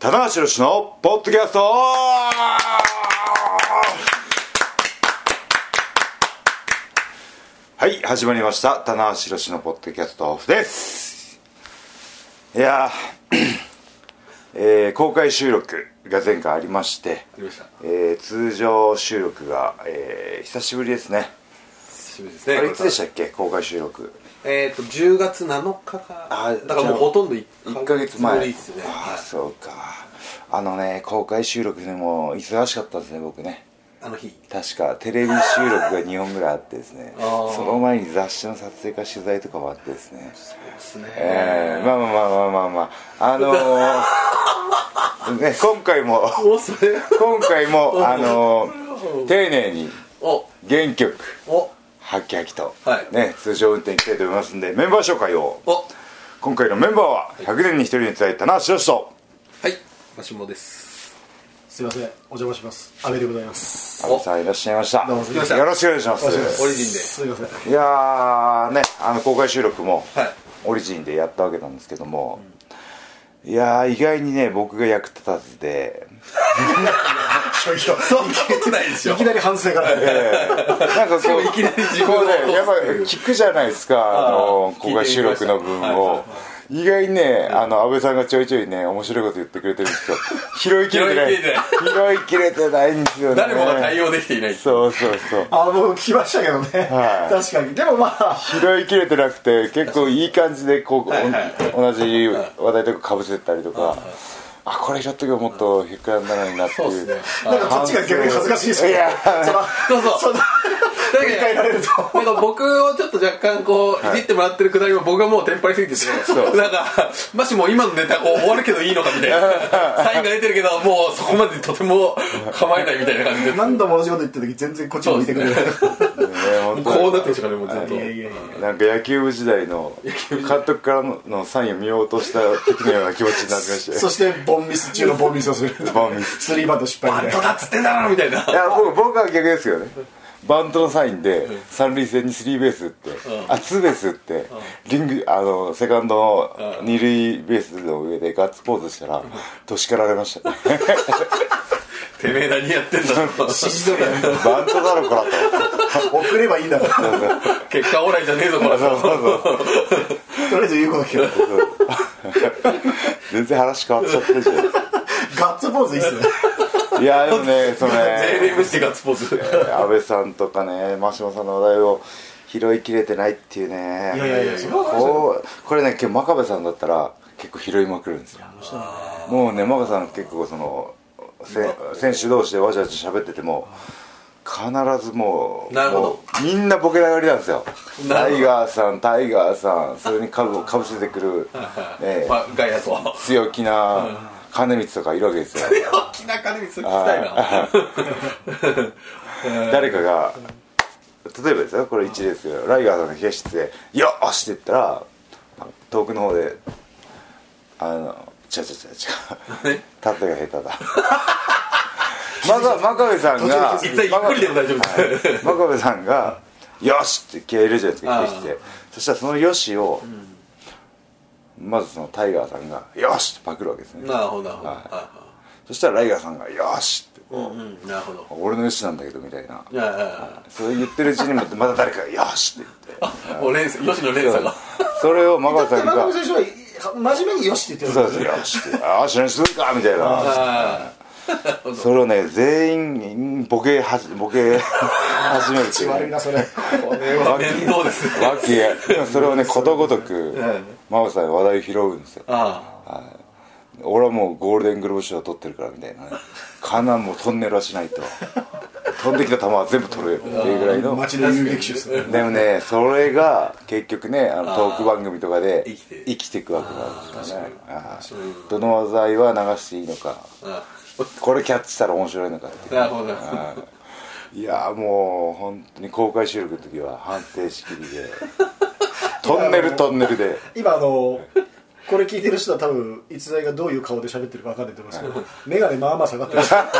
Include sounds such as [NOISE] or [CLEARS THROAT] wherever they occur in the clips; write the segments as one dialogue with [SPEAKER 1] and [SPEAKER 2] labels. [SPEAKER 1] 棚橋宏のポッドキャストはい始まりました棚橋宏のポッドキャストオフですいやー、えー公開収録が前回ありまして
[SPEAKER 2] りました
[SPEAKER 1] えー通常収録が、えー久しぶりですね
[SPEAKER 2] 久しぶりです
[SPEAKER 1] あ
[SPEAKER 2] ね
[SPEAKER 1] れいつでしたっけ公開収録
[SPEAKER 2] えっ、と10月7日か
[SPEAKER 1] あー
[SPEAKER 2] だからもうほとんど
[SPEAKER 1] 1
[SPEAKER 2] 1
[SPEAKER 1] ヶ
[SPEAKER 2] ヶ
[SPEAKER 1] 月
[SPEAKER 2] 月
[SPEAKER 1] 前
[SPEAKER 2] 前ですね
[SPEAKER 1] あ
[SPEAKER 2] は
[SPEAKER 1] あ
[SPEAKER 2] い
[SPEAKER 1] そうかあのね公開収録でも忙しかったですね僕ね
[SPEAKER 2] あの日
[SPEAKER 1] 確かテレビ収録が2本ぐらいあってですね
[SPEAKER 2] あー
[SPEAKER 1] その前に雑誌の撮影か取材とかもあってですね
[SPEAKER 2] そうですね、
[SPEAKER 1] えー、まあまあまあまあまあまああのーね、今回も
[SPEAKER 2] おそれ
[SPEAKER 1] 今回もあのー丁寧に
[SPEAKER 2] お
[SPEAKER 1] 原曲
[SPEAKER 2] お
[SPEAKER 1] ハキハキと、
[SPEAKER 2] はい
[SPEAKER 1] ね、通常運転いきたいと思いますんでメンバー紹介を
[SPEAKER 2] お
[SPEAKER 1] 今回のメンバーは100年に一人に伝えたな白石と
[SPEAKER 2] はいマシモです
[SPEAKER 3] すいませんお邪魔します阿部でございます
[SPEAKER 1] 阿部さんいらっしゃいました
[SPEAKER 3] どうもすいま
[SPEAKER 2] せん
[SPEAKER 1] よろしくお願いしま
[SPEAKER 3] お願いします
[SPEAKER 2] オリジンです
[SPEAKER 3] いません
[SPEAKER 1] いやーねあの公開収録も
[SPEAKER 2] はい
[SPEAKER 1] オリジンでやったわけなんですけども、いやー意外にね僕が役立たずで、
[SPEAKER 2] そんなことないでしょ
[SPEAKER 3] いきなり反省から
[SPEAKER 1] えーなんかこう
[SPEAKER 2] いきなり自分
[SPEAKER 1] こ
[SPEAKER 2] を
[SPEAKER 1] うねやっぱ聞くじゃないですかあの
[SPEAKER 2] ー
[SPEAKER 1] 公開収録の分
[SPEAKER 2] 聞いてみましたはい
[SPEAKER 1] を。意外にね、あの、安倍さんがちょいちょいね、面白いこと言ってくれてるんですけど、拾いきれてない。拾いきれてないんですよね。
[SPEAKER 2] 誰もが対応できていない
[SPEAKER 1] そうそうそう。
[SPEAKER 3] あもう聞きましたけどね、
[SPEAKER 1] はい
[SPEAKER 3] 確かにでもまあ
[SPEAKER 1] 拾いきれてなくて結構いい感じでこう、
[SPEAKER 2] はいはい
[SPEAKER 1] お同じ話題とかかぶせたりとか、あこれ拾っとけばもっとひっくらんだのになっていう
[SPEAKER 2] そうですね
[SPEAKER 3] なんかこっちが逆に恥ずかしいですけど
[SPEAKER 1] いや
[SPEAKER 3] そら
[SPEAKER 2] [LAUGHS] そうそう
[SPEAKER 3] そんな
[SPEAKER 2] だ
[SPEAKER 3] 振り返られると
[SPEAKER 2] なんか僕をちょっと若干こういじってもらってるくだりも僕がもうテンパりすぎてて
[SPEAKER 1] そう
[SPEAKER 2] なんかもしもう今のネタこう終わるけどいいのかみたい [LAUGHS] なサインが出てるけどもうそこまでとても構えないみたいな感じで
[SPEAKER 3] 何度も同じこと言った時全然こっちも見てくれない
[SPEAKER 1] ね本当に
[SPEAKER 2] こうなってましたからねもうずっと
[SPEAKER 3] いやいやいや
[SPEAKER 1] なんか野球部時代の監督からののサインを見ようとした時のような気持ちになりまして
[SPEAKER 3] そしてボンミス中のボンミスをする
[SPEAKER 1] ボンミス
[SPEAKER 3] スリーバント失
[SPEAKER 2] バ
[SPEAKER 3] 敗
[SPEAKER 2] ン
[SPEAKER 3] み
[SPEAKER 2] ト
[SPEAKER 3] たい
[SPEAKER 2] だっつってんだろみたいない
[SPEAKER 1] や僕僕は逆ですよねバントのサインで三塁線にスリーベース打って、あツーベース打って、リングあのセカンドの二塁ベースの上でガッツポーズしたら、年かられましたね
[SPEAKER 2] てめえ何やってん [LAUGHS] だろ
[SPEAKER 3] な指示通りだね
[SPEAKER 1] バントだろこらと
[SPEAKER 3] 送ればいいんだから
[SPEAKER 2] 結果オーライじゃねえぞこれ
[SPEAKER 1] そうそうそう
[SPEAKER 3] とりあえず言うこと聞けば
[SPEAKER 1] 全然話変わっちゃってるじゃ
[SPEAKER 3] ガッツポーズいいっすね
[SPEAKER 1] んいやでもねそのね
[SPEAKER 2] JLM してガッツポーズ
[SPEAKER 1] 安倍さんとかね真島さんの話題を拾いきれてないっていうねい
[SPEAKER 3] やいやいやそれは
[SPEAKER 1] こうこれね今日真壁さんだったら結構拾いまくるんですよもうね真壁さん結構そのせ選手同士でわちゃわちゃ喋ってても必ずもう
[SPEAKER 2] なるほど
[SPEAKER 1] もうみんなボケながりなんですよ
[SPEAKER 2] な
[SPEAKER 1] タ
[SPEAKER 2] るほど
[SPEAKER 1] イガーさんタイガーさんそれにかぶかぶせてく
[SPEAKER 3] [LAUGHS]
[SPEAKER 1] る、ね
[SPEAKER 2] まあガイアとは
[SPEAKER 1] 強気な金光とかいるわけですよ
[SPEAKER 2] 大きな金にそれ聞きたいな
[SPEAKER 1] 誰かが例えばですよこれ1ですけどライガーさんの冷や室で「よーし!」って言ったら遠くの方で「あの違う違う違う違う例えが下手だ」まずは真壁さんが
[SPEAKER 2] 一体ゆっくりでも大丈夫です
[SPEAKER 1] 真壁さんが「よし!」って気合い入れるじゃないですか
[SPEAKER 2] あ
[SPEAKER 1] 入
[SPEAKER 2] ー
[SPEAKER 1] れてきてそしたらその「よし」をまずそのタイガーさんが「よし!」ってパクるわけですね
[SPEAKER 2] [LAUGHS] なるほどなるほど
[SPEAKER 1] はい
[SPEAKER 2] は
[SPEAKER 1] そしたらライガーさんが「よし!」って
[SPEAKER 2] いはいうんなるほど
[SPEAKER 1] 俺のよしなんだけどみたいない
[SPEAKER 2] やいやいや
[SPEAKER 1] それ言ってるうちにもまた誰かが「よし!」って言って
[SPEAKER 2] もうレンス吉野レンさんが
[SPEAKER 1] それを真
[SPEAKER 3] だっ
[SPEAKER 1] 壁さ
[SPEAKER 3] て
[SPEAKER 1] ん
[SPEAKER 3] 番
[SPEAKER 1] が
[SPEAKER 3] 組最初は真面目によしって言って
[SPEAKER 1] そう
[SPEAKER 3] る
[SPEAKER 1] ですよしってああ知らんするかみたいなそれをね全員ボケはじボケ始めるって
[SPEAKER 3] 口
[SPEAKER 1] い
[SPEAKER 3] 悪
[SPEAKER 1] う
[SPEAKER 3] い
[SPEAKER 1] ね
[SPEAKER 3] なそれ
[SPEAKER 1] わけ
[SPEAKER 2] 面倒です
[SPEAKER 1] わけでもそれをねことごとく真帆さんに話題を拾うんですよ
[SPEAKER 2] あ
[SPEAKER 1] 俺はもうゴールデングローブ賞を取ってるからみたいなねカナンもトンネルはしないと飛んできた球は全部取るよっていうぐらいの
[SPEAKER 3] 街の遊撃手ですね
[SPEAKER 1] でもねそれが結局ねあのトーク番組とかで
[SPEAKER 2] 生きて
[SPEAKER 1] 生きていくわけなんですよねあーどの話題は流していいのか
[SPEAKER 2] あ
[SPEAKER 1] これキャッチしたら面白いのかっていう
[SPEAKER 2] なるほどなるほど
[SPEAKER 1] いやーもう本当に公開収録の時は反省しきり [LAUGHS] でトンネルトンネルで
[SPEAKER 3] 今あのこれ聞いてる人は多分逸材がどういう顔で喋ってるか分かんないと思いますけど眼鏡まあまあ下がってます
[SPEAKER 2] 本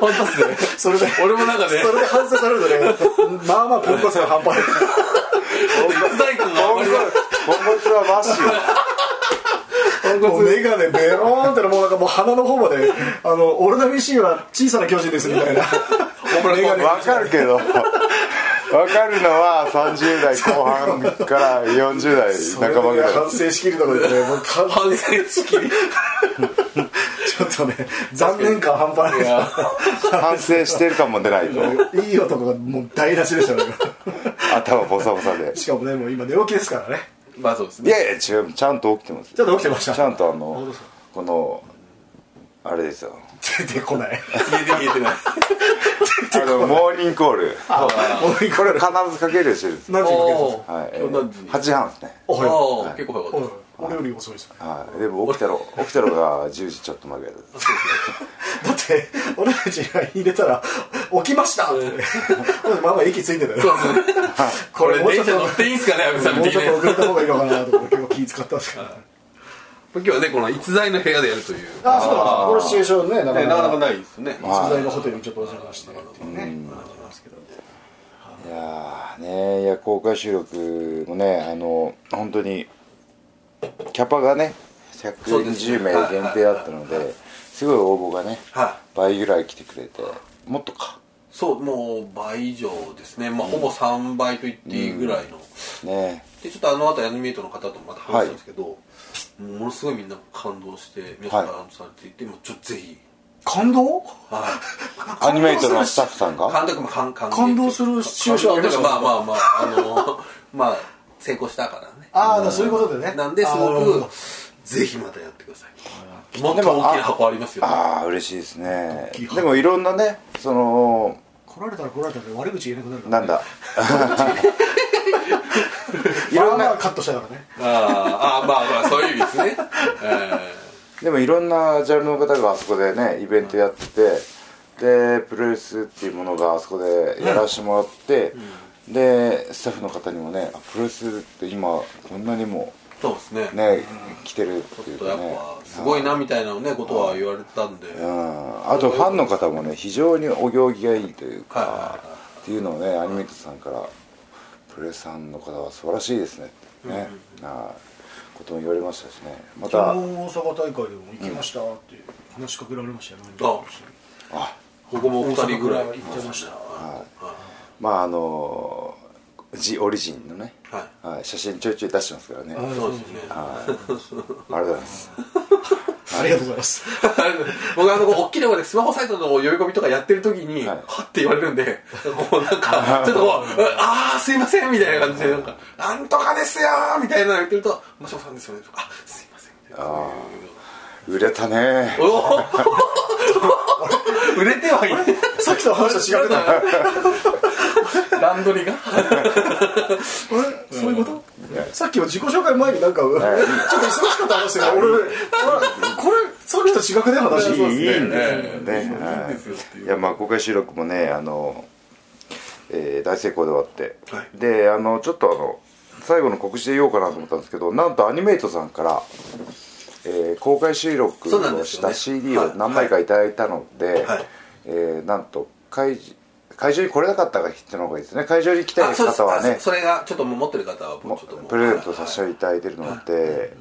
[SPEAKER 2] 当っすね
[SPEAKER 3] それで
[SPEAKER 2] 俺もなんかね
[SPEAKER 3] それで反省されるとねまあまあポンコツが半端ない
[SPEAKER 2] 大工が
[SPEAKER 1] ポンコ
[SPEAKER 2] 割
[SPEAKER 1] ツはマッシュ
[SPEAKER 3] もう眼鏡ベローンってのもうなんかもう鼻の方まで「あの俺のミシンは小さな巨人です」みたいな眼鏡
[SPEAKER 1] わかるけどわかるのは30代後半から40代
[SPEAKER 3] それ
[SPEAKER 1] 半ばぐ
[SPEAKER 3] で
[SPEAKER 1] らい
[SPEAKER 3] 反省しきるところでねもうか
[SPEAKER 2] 反省しきり
[SPEAKER 3] ちょっとね残念感半端ない
[SPEAKER 1] 反省してる感も出ないと
[SPEAKER 3] いい男がもう台無しでしたね
[SPEAKER 1] 頭ボサボサで
[SPEAKER 3] しかもねもう今寝起きですからね
[SPEAKER 2] まあそうです
[SPEAKER 1] い
[SPEAKER 2] ね
[SPEAKER 1] やいや違うちゃんと起きてます
[SPEAKER 3] ちゃんと起きてました
[SPEAKER 1] ちゃんとあ
[SPEAKER 3] 本当
[SPEAKER 1] の
[SPEAKER 3] ですか
[SPEAKER 1] このあれ [LAUGHS] ですよ
[SPEAKER 3] 出てこない
[SPEAKER 2] 家で言えてない
[SPEAKER 1] あのモーニングコール
[SPEAKER 3] もういい
[SPEAKER 1] こ
[SPEAKER 3] こ
[SPEAKER 1] れ
[SPEAKER 3] れ
[SPEAKER 1] 必ずかけるようにしてるんです
[SPEAKER 3] 何時にかけてます
[SPEAKER 2] おー
[SPEAKER 1] はい、え
[SPEAKER 2] 今何
[SPEAKER 1] ー、
[SPEAKER 2] 時
[SPEAKER 1] 8時半ですね
[SPEAKER 3] おはよ
[SPEAKER 2] ああ結構早
[SPEAKER 3] う
[SPEAKER 2] かっ
[SPEAKER 3] おい俺より遅いですね
[SPEAKER 1] はい、でも起きた [LAUGHS] ろ起きたろが10時ちょっと前ぐらいだった
[SPEAKER 3] だって俺たちが入れたら「起きました!」って俺まあまあ息ついてたよ
[SPEAKER 2] たそうですねこれ
[SPEAKER 3] もうちょ
[SPEAKER 2] 電車
[SPEAKER 3] っとも
[SPEAKER 2] 乗っていいんすかね阿部さんみ
[SPEAKER 3] う
[SPEAKER 2] たい
[SPEAKER 3] ちょ
[SPEAKER 2] なね
[SPEAKER 3] っと遅れた方がいいのかなと思って結構気使ったんですけどね
[SPEAKER 2] 今日はねこの逸材の部屋でやるというね
[SPEAKER 3] ああそうなんですこのシチュエーションねな
[SPEAKER 2] な
[SPEAKER 3] か
[SPEAKER 2] かなか
[SPEAKER 3] なか
[SPEAKER 2] ないですね
[SPEAKER 3] 取材のホテルにちょっとお邪魔してっていうね感じなんですけど
[SPEAKER 1] いやーねいや公開収録もねあの本当にキャパがね
[SPEAKER 2] そうですね
[SPEAKER 1] 120名限定だったのですごい応募がね
[SPEAKER 2] は
[SPEAKER 1] 倍ぐらい来てくれてもっとか
[SPEAKER 2] そうもう倍以上ですねまあほぼ3倍と言っていいぐらいの
[SPEAKER 1] ね
[SPEAKER 2] でちょっとあの後アニメイトの方とまた話したんですけど、ものすごいみんな感動して皆さんからされていて、もうちょっとぜひ、
[SPEAKER 3] 感動
[SPEAKER 2] はい、
[SPEAKER 1] アニメイトのスタッフさんが
[SPEAKER 2] 感動も感感
[SPEAKER 3] 感動するシチュエーションありました
[SPEAKER 2] まあまあまああのまあ成功したからね
[SPEAKER 3] ああそういうことでね
[SPEAKER 2] なんです
[SPEAKER 3] ああなるほ
[SPEAKER 2] ご
[SPEAKER 3] ど
[SPEAKER 2] くぜひまたやってくださいもっと大きな箱ありますよ
[SPEAKER 1] ああ嬉しいですね
[SPEAKER 3] キーハン
[SPEAKER 1] でもいろんなねその
[SPEAKER 3] 来られたら来られたで悪口言えなくなるから
[SPEAKER 1] なんだ [LAUGHS] いろん
[SPEAKER 3] まあまあ
[SPEAKER 1] な
[SPEAKER 3] カットしたからね
[SPEAKER 2] あーあーまあまあそういう意味ですね、え
[SPEAKER 1] でもいろんなジャンルの方があそこでねイベントやっててでプロレスっていうものがあそこでやらせてもらって、でスタッフの方にもねあプロレスって今こんなにも
[SPEAKER 2] ーそうですね
[SPEAKER 1] ね、来てるって
[SPEAKER 2] ち
[SPEAKER 1] い
[SPEAKER 2] ょっ
[SPEAKER 1] う
[SPEAKER 2] と
[SPEAKER 1] か
[SPEAKER 2] やっ
[SPEAKER 1] ね
[SPEAKER 2] ぱすごいなみたいなねことは言われたんで、
[SPEAKER 1] うんあとファンの方もね非常にお行儀がいいというか、
[SPEAKER 2] はいはいはい
[SPEAKER 1] っていうのをねアニメイトさんから「プレさんの方は素晴らしいですね」ってね、はいことも言われましたしねまた
[SPEAKER 3] 昨日大阪大会でも行きましたっていう話しかけられましたよね
[SPEAKER 2] あ
[SPEAKER 1] あ
[SPEAKER 2] 僕もお二人ぐらい
[SPEAKER 3] 行ってました
[SPEAKER 1] まああのジオリジンのね、
[SPEAKER 2] は
[SPEAKER 1] はい、写真ちょいちょい出してますからね、
[SPEAKER 2] い、そうですね。
[SPEAKER 1] ありがとうございます
[SPEAKER 3] ありがとうございます
[SPEAKER 2] [LAUGHS] 僕あの大きな声でスマホサイトの呼び込みとかやってる時に、
[SPEAKER 1] はい
[SPEAKER 2] はって言われるんで、こうなんかちょっとこうああすいませんみたいな感じでなんかなんとかですよーみたいなの言ってると、もしもさんですよねとか、あすいませんみたいな。
[SPEAKER 1] 売れたね
[SPEAKER 2] おお売れてはいない。
[SPEAKER 3] [LAUGHS] さっきと話と違うなあ
[SPEAKER 2] 段取りが。
[SPEAKER 3] れそういうことさっきは自己紹介前になんかちょっと忙しかった話してる俺俺これさっきと違くね話
[SPEAKER 1] いいいいんですよね
[SPEAKER 2] いいんですよっ
[SPEAKER 1] はい
[SPEAKER 2] て
[SPEAKER 1] いういやまあ公開収録もねあの、えー大成功で終わって、
[SPEAKER 2] はい
[SPEAKER 1] であのちょっとあの最後の告知で言おうかなと思ったんですけどなんとアニメイトさんから、えー公開収録
[SPEAKER 2] そうなんで
[SPEAKER 1] を
[SPEAKER 2] す
[SPEAKER 1] し
[SPEAKER 2] よね
[SPEAKER 1] た CD
[SPEAKER 2] は
[SPEAKER 1] を
[SPEAKER 2] い
[SPEAKER 1] 何枚かいただいたので、
[SPEAKER 2] はい
[SPEAKER 1] えーなんと会場会場に来れなかった人の方がいいですね会場に来たい
[SPEAKER 2] あそうです
[SPEAKER 1] 方は
[SPEAKER 2] あ
[SPEAKER 1] ね
[SPEAKER 2] そそれがちょっともう持ってる方はもうちょっともう
[SPEAKER 1] プレゼント差し上げていただいてるので、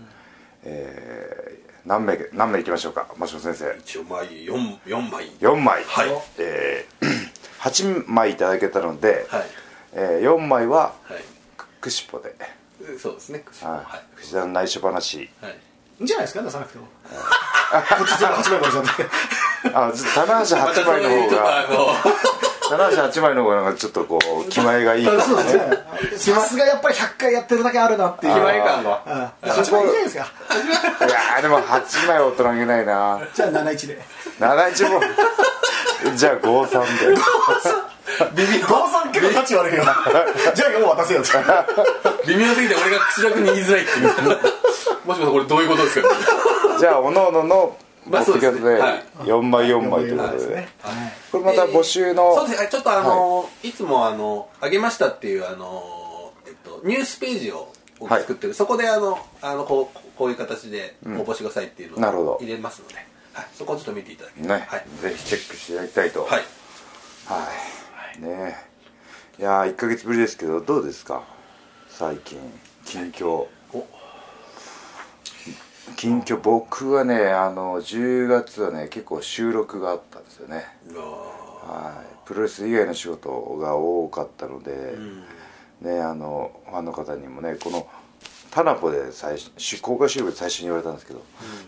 [SPEAKER 1] えー何名何名いきましょうか真島先生
[SPEAKER 2] 一応枚四四枚。
[SPEAKER 1] 4枚、
[SPEAKER 2] はい
[SPEAKER 1] え8枚いただけたので、
[SPEAKER 2] はい
[SPEAKER 1] え4枚は
[SPEAKER 2] はい。
[SPEAKER 1] くくしっぽで、
[SPEAKER 2] そうですね。は
[SPEAKER 1] はい、藤田の内緒話
[SPEAKER 2] い。はい。
[SPEAKER 3] いいんじゃないですか出さなくてもこっち全部8枚からさって
[SPEAKER 1] あず棚橋
[SPEAKER 2] また
[SPEAKER 1] 8
[SPEAKER 2] そう
[SPEAKER 1] 枚の方
[SPEAKER 2] いうちょっとあ [LAUGHS]
[SPEAKER 1] が
[SPEAKER 2] の。
[SPEAKER 1] 棚橋8枚の方がなんかちょっとこう気前がいい
[SPEAKER 2] [LAUGHS]
[SPEAKER 1] から
[SPEAKER 3] そう
[SPEAKER 1] ね
[SPEAKER 3] ですね [LAUGHS] さすがやっぱり100回やってるだけあるなっていう
[SPEAKER 2] 気
[SPEAKER 3] 8枚
[SPEAKER 2] 前感が
[SPEAKER 3] いいんじゃないですか
[SPEAKER 1] いやーでも8枚は大人げないな
[SPEAKER 3] じゃあ71で
[SPEAKER 1] 71も
[SPEAKER 2] [LAUGHS]
[SPEAKER 1] じゃあ53で
[SPEAKER 3] [LAUGHS] ビビゴーさん結構タッチ悪いよ [LAUGHS] じゃあもう渡せよって
[SPEAKER 2] 微妙すぎて俺が口だくに言いづらいって [LAUGHS] いうもしもしこれどういうことですか
[SPEAKER 1] じゃあおのおののポ
[SPEAKER 2] まあ
[SPEAKER 1] ッドキャストで
[SPEAKER 2] そうです
[SPEAKER 1] 4枚4枚ということで,、これまた募集の、
[SPEAKER 2] そうですねちょっとあの、い、つもあの「あげました」っていうあの、えっと、ニュースページをを作ってる、そこであのあのこうこういう形で応募してくださいっていう
[SPEAKER 1] なるほ
[SPEAKER 2] の
[SPEAKER 1] ど
[SPEAKER 2] を入れますので、はい、そこをちょっと見ていただけ
[SPEAKER 1] ね、
[SPEAKER 2] はい、
[SPEAKER 1] ぜひチェックしていただきたいと
[SPEAKER 2] はい、
[SPEAKER 1] はい、ねえいやー1か月ぶりですけどどうですか最近近況
[SPEAKER 2] お
[SPEAKER 1] 近況僕はねあの10月はね結構収録があったんですよね
[SPEAKER 2] うわ
[SPEAKER 1] はいプロレス以外の仕事が多かったので、
[SPEAKER 2] うん
[SPEAKER 1] ねあのファンの方にもねこのタナポで最初し公開収録で最初に言われたんですけど、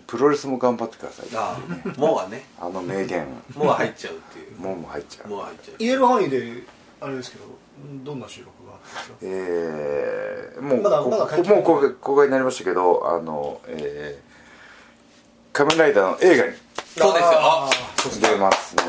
[SPEAKER 1] プロレスも頑張ってくださいあ
[SPEAKER 2] ああもうはね
[SPEAKER 1] の名言
[SPEAKER 2] もうは入っちゃうっていう
[SPEAKER 1] もうも入っちゃう
[SPEAKER 2] もうは入っちゃう
[SPEAKER 3] 言える範囲であれですけどどんな収録があったんですか
[SPEAKER 1] えーもう
[SPEAKER 3] まだ
[SPEAKER 1] こ
[SPEAKER 3] まだ解禁
[SPEAKER 1] もう公開公開になりましたけどあのえー仮面ライダーの映画に
[SPEAKER 2] そうですよあ
[SPEAKER 3] あーそうですね
[SPEAKER 1] 出ますね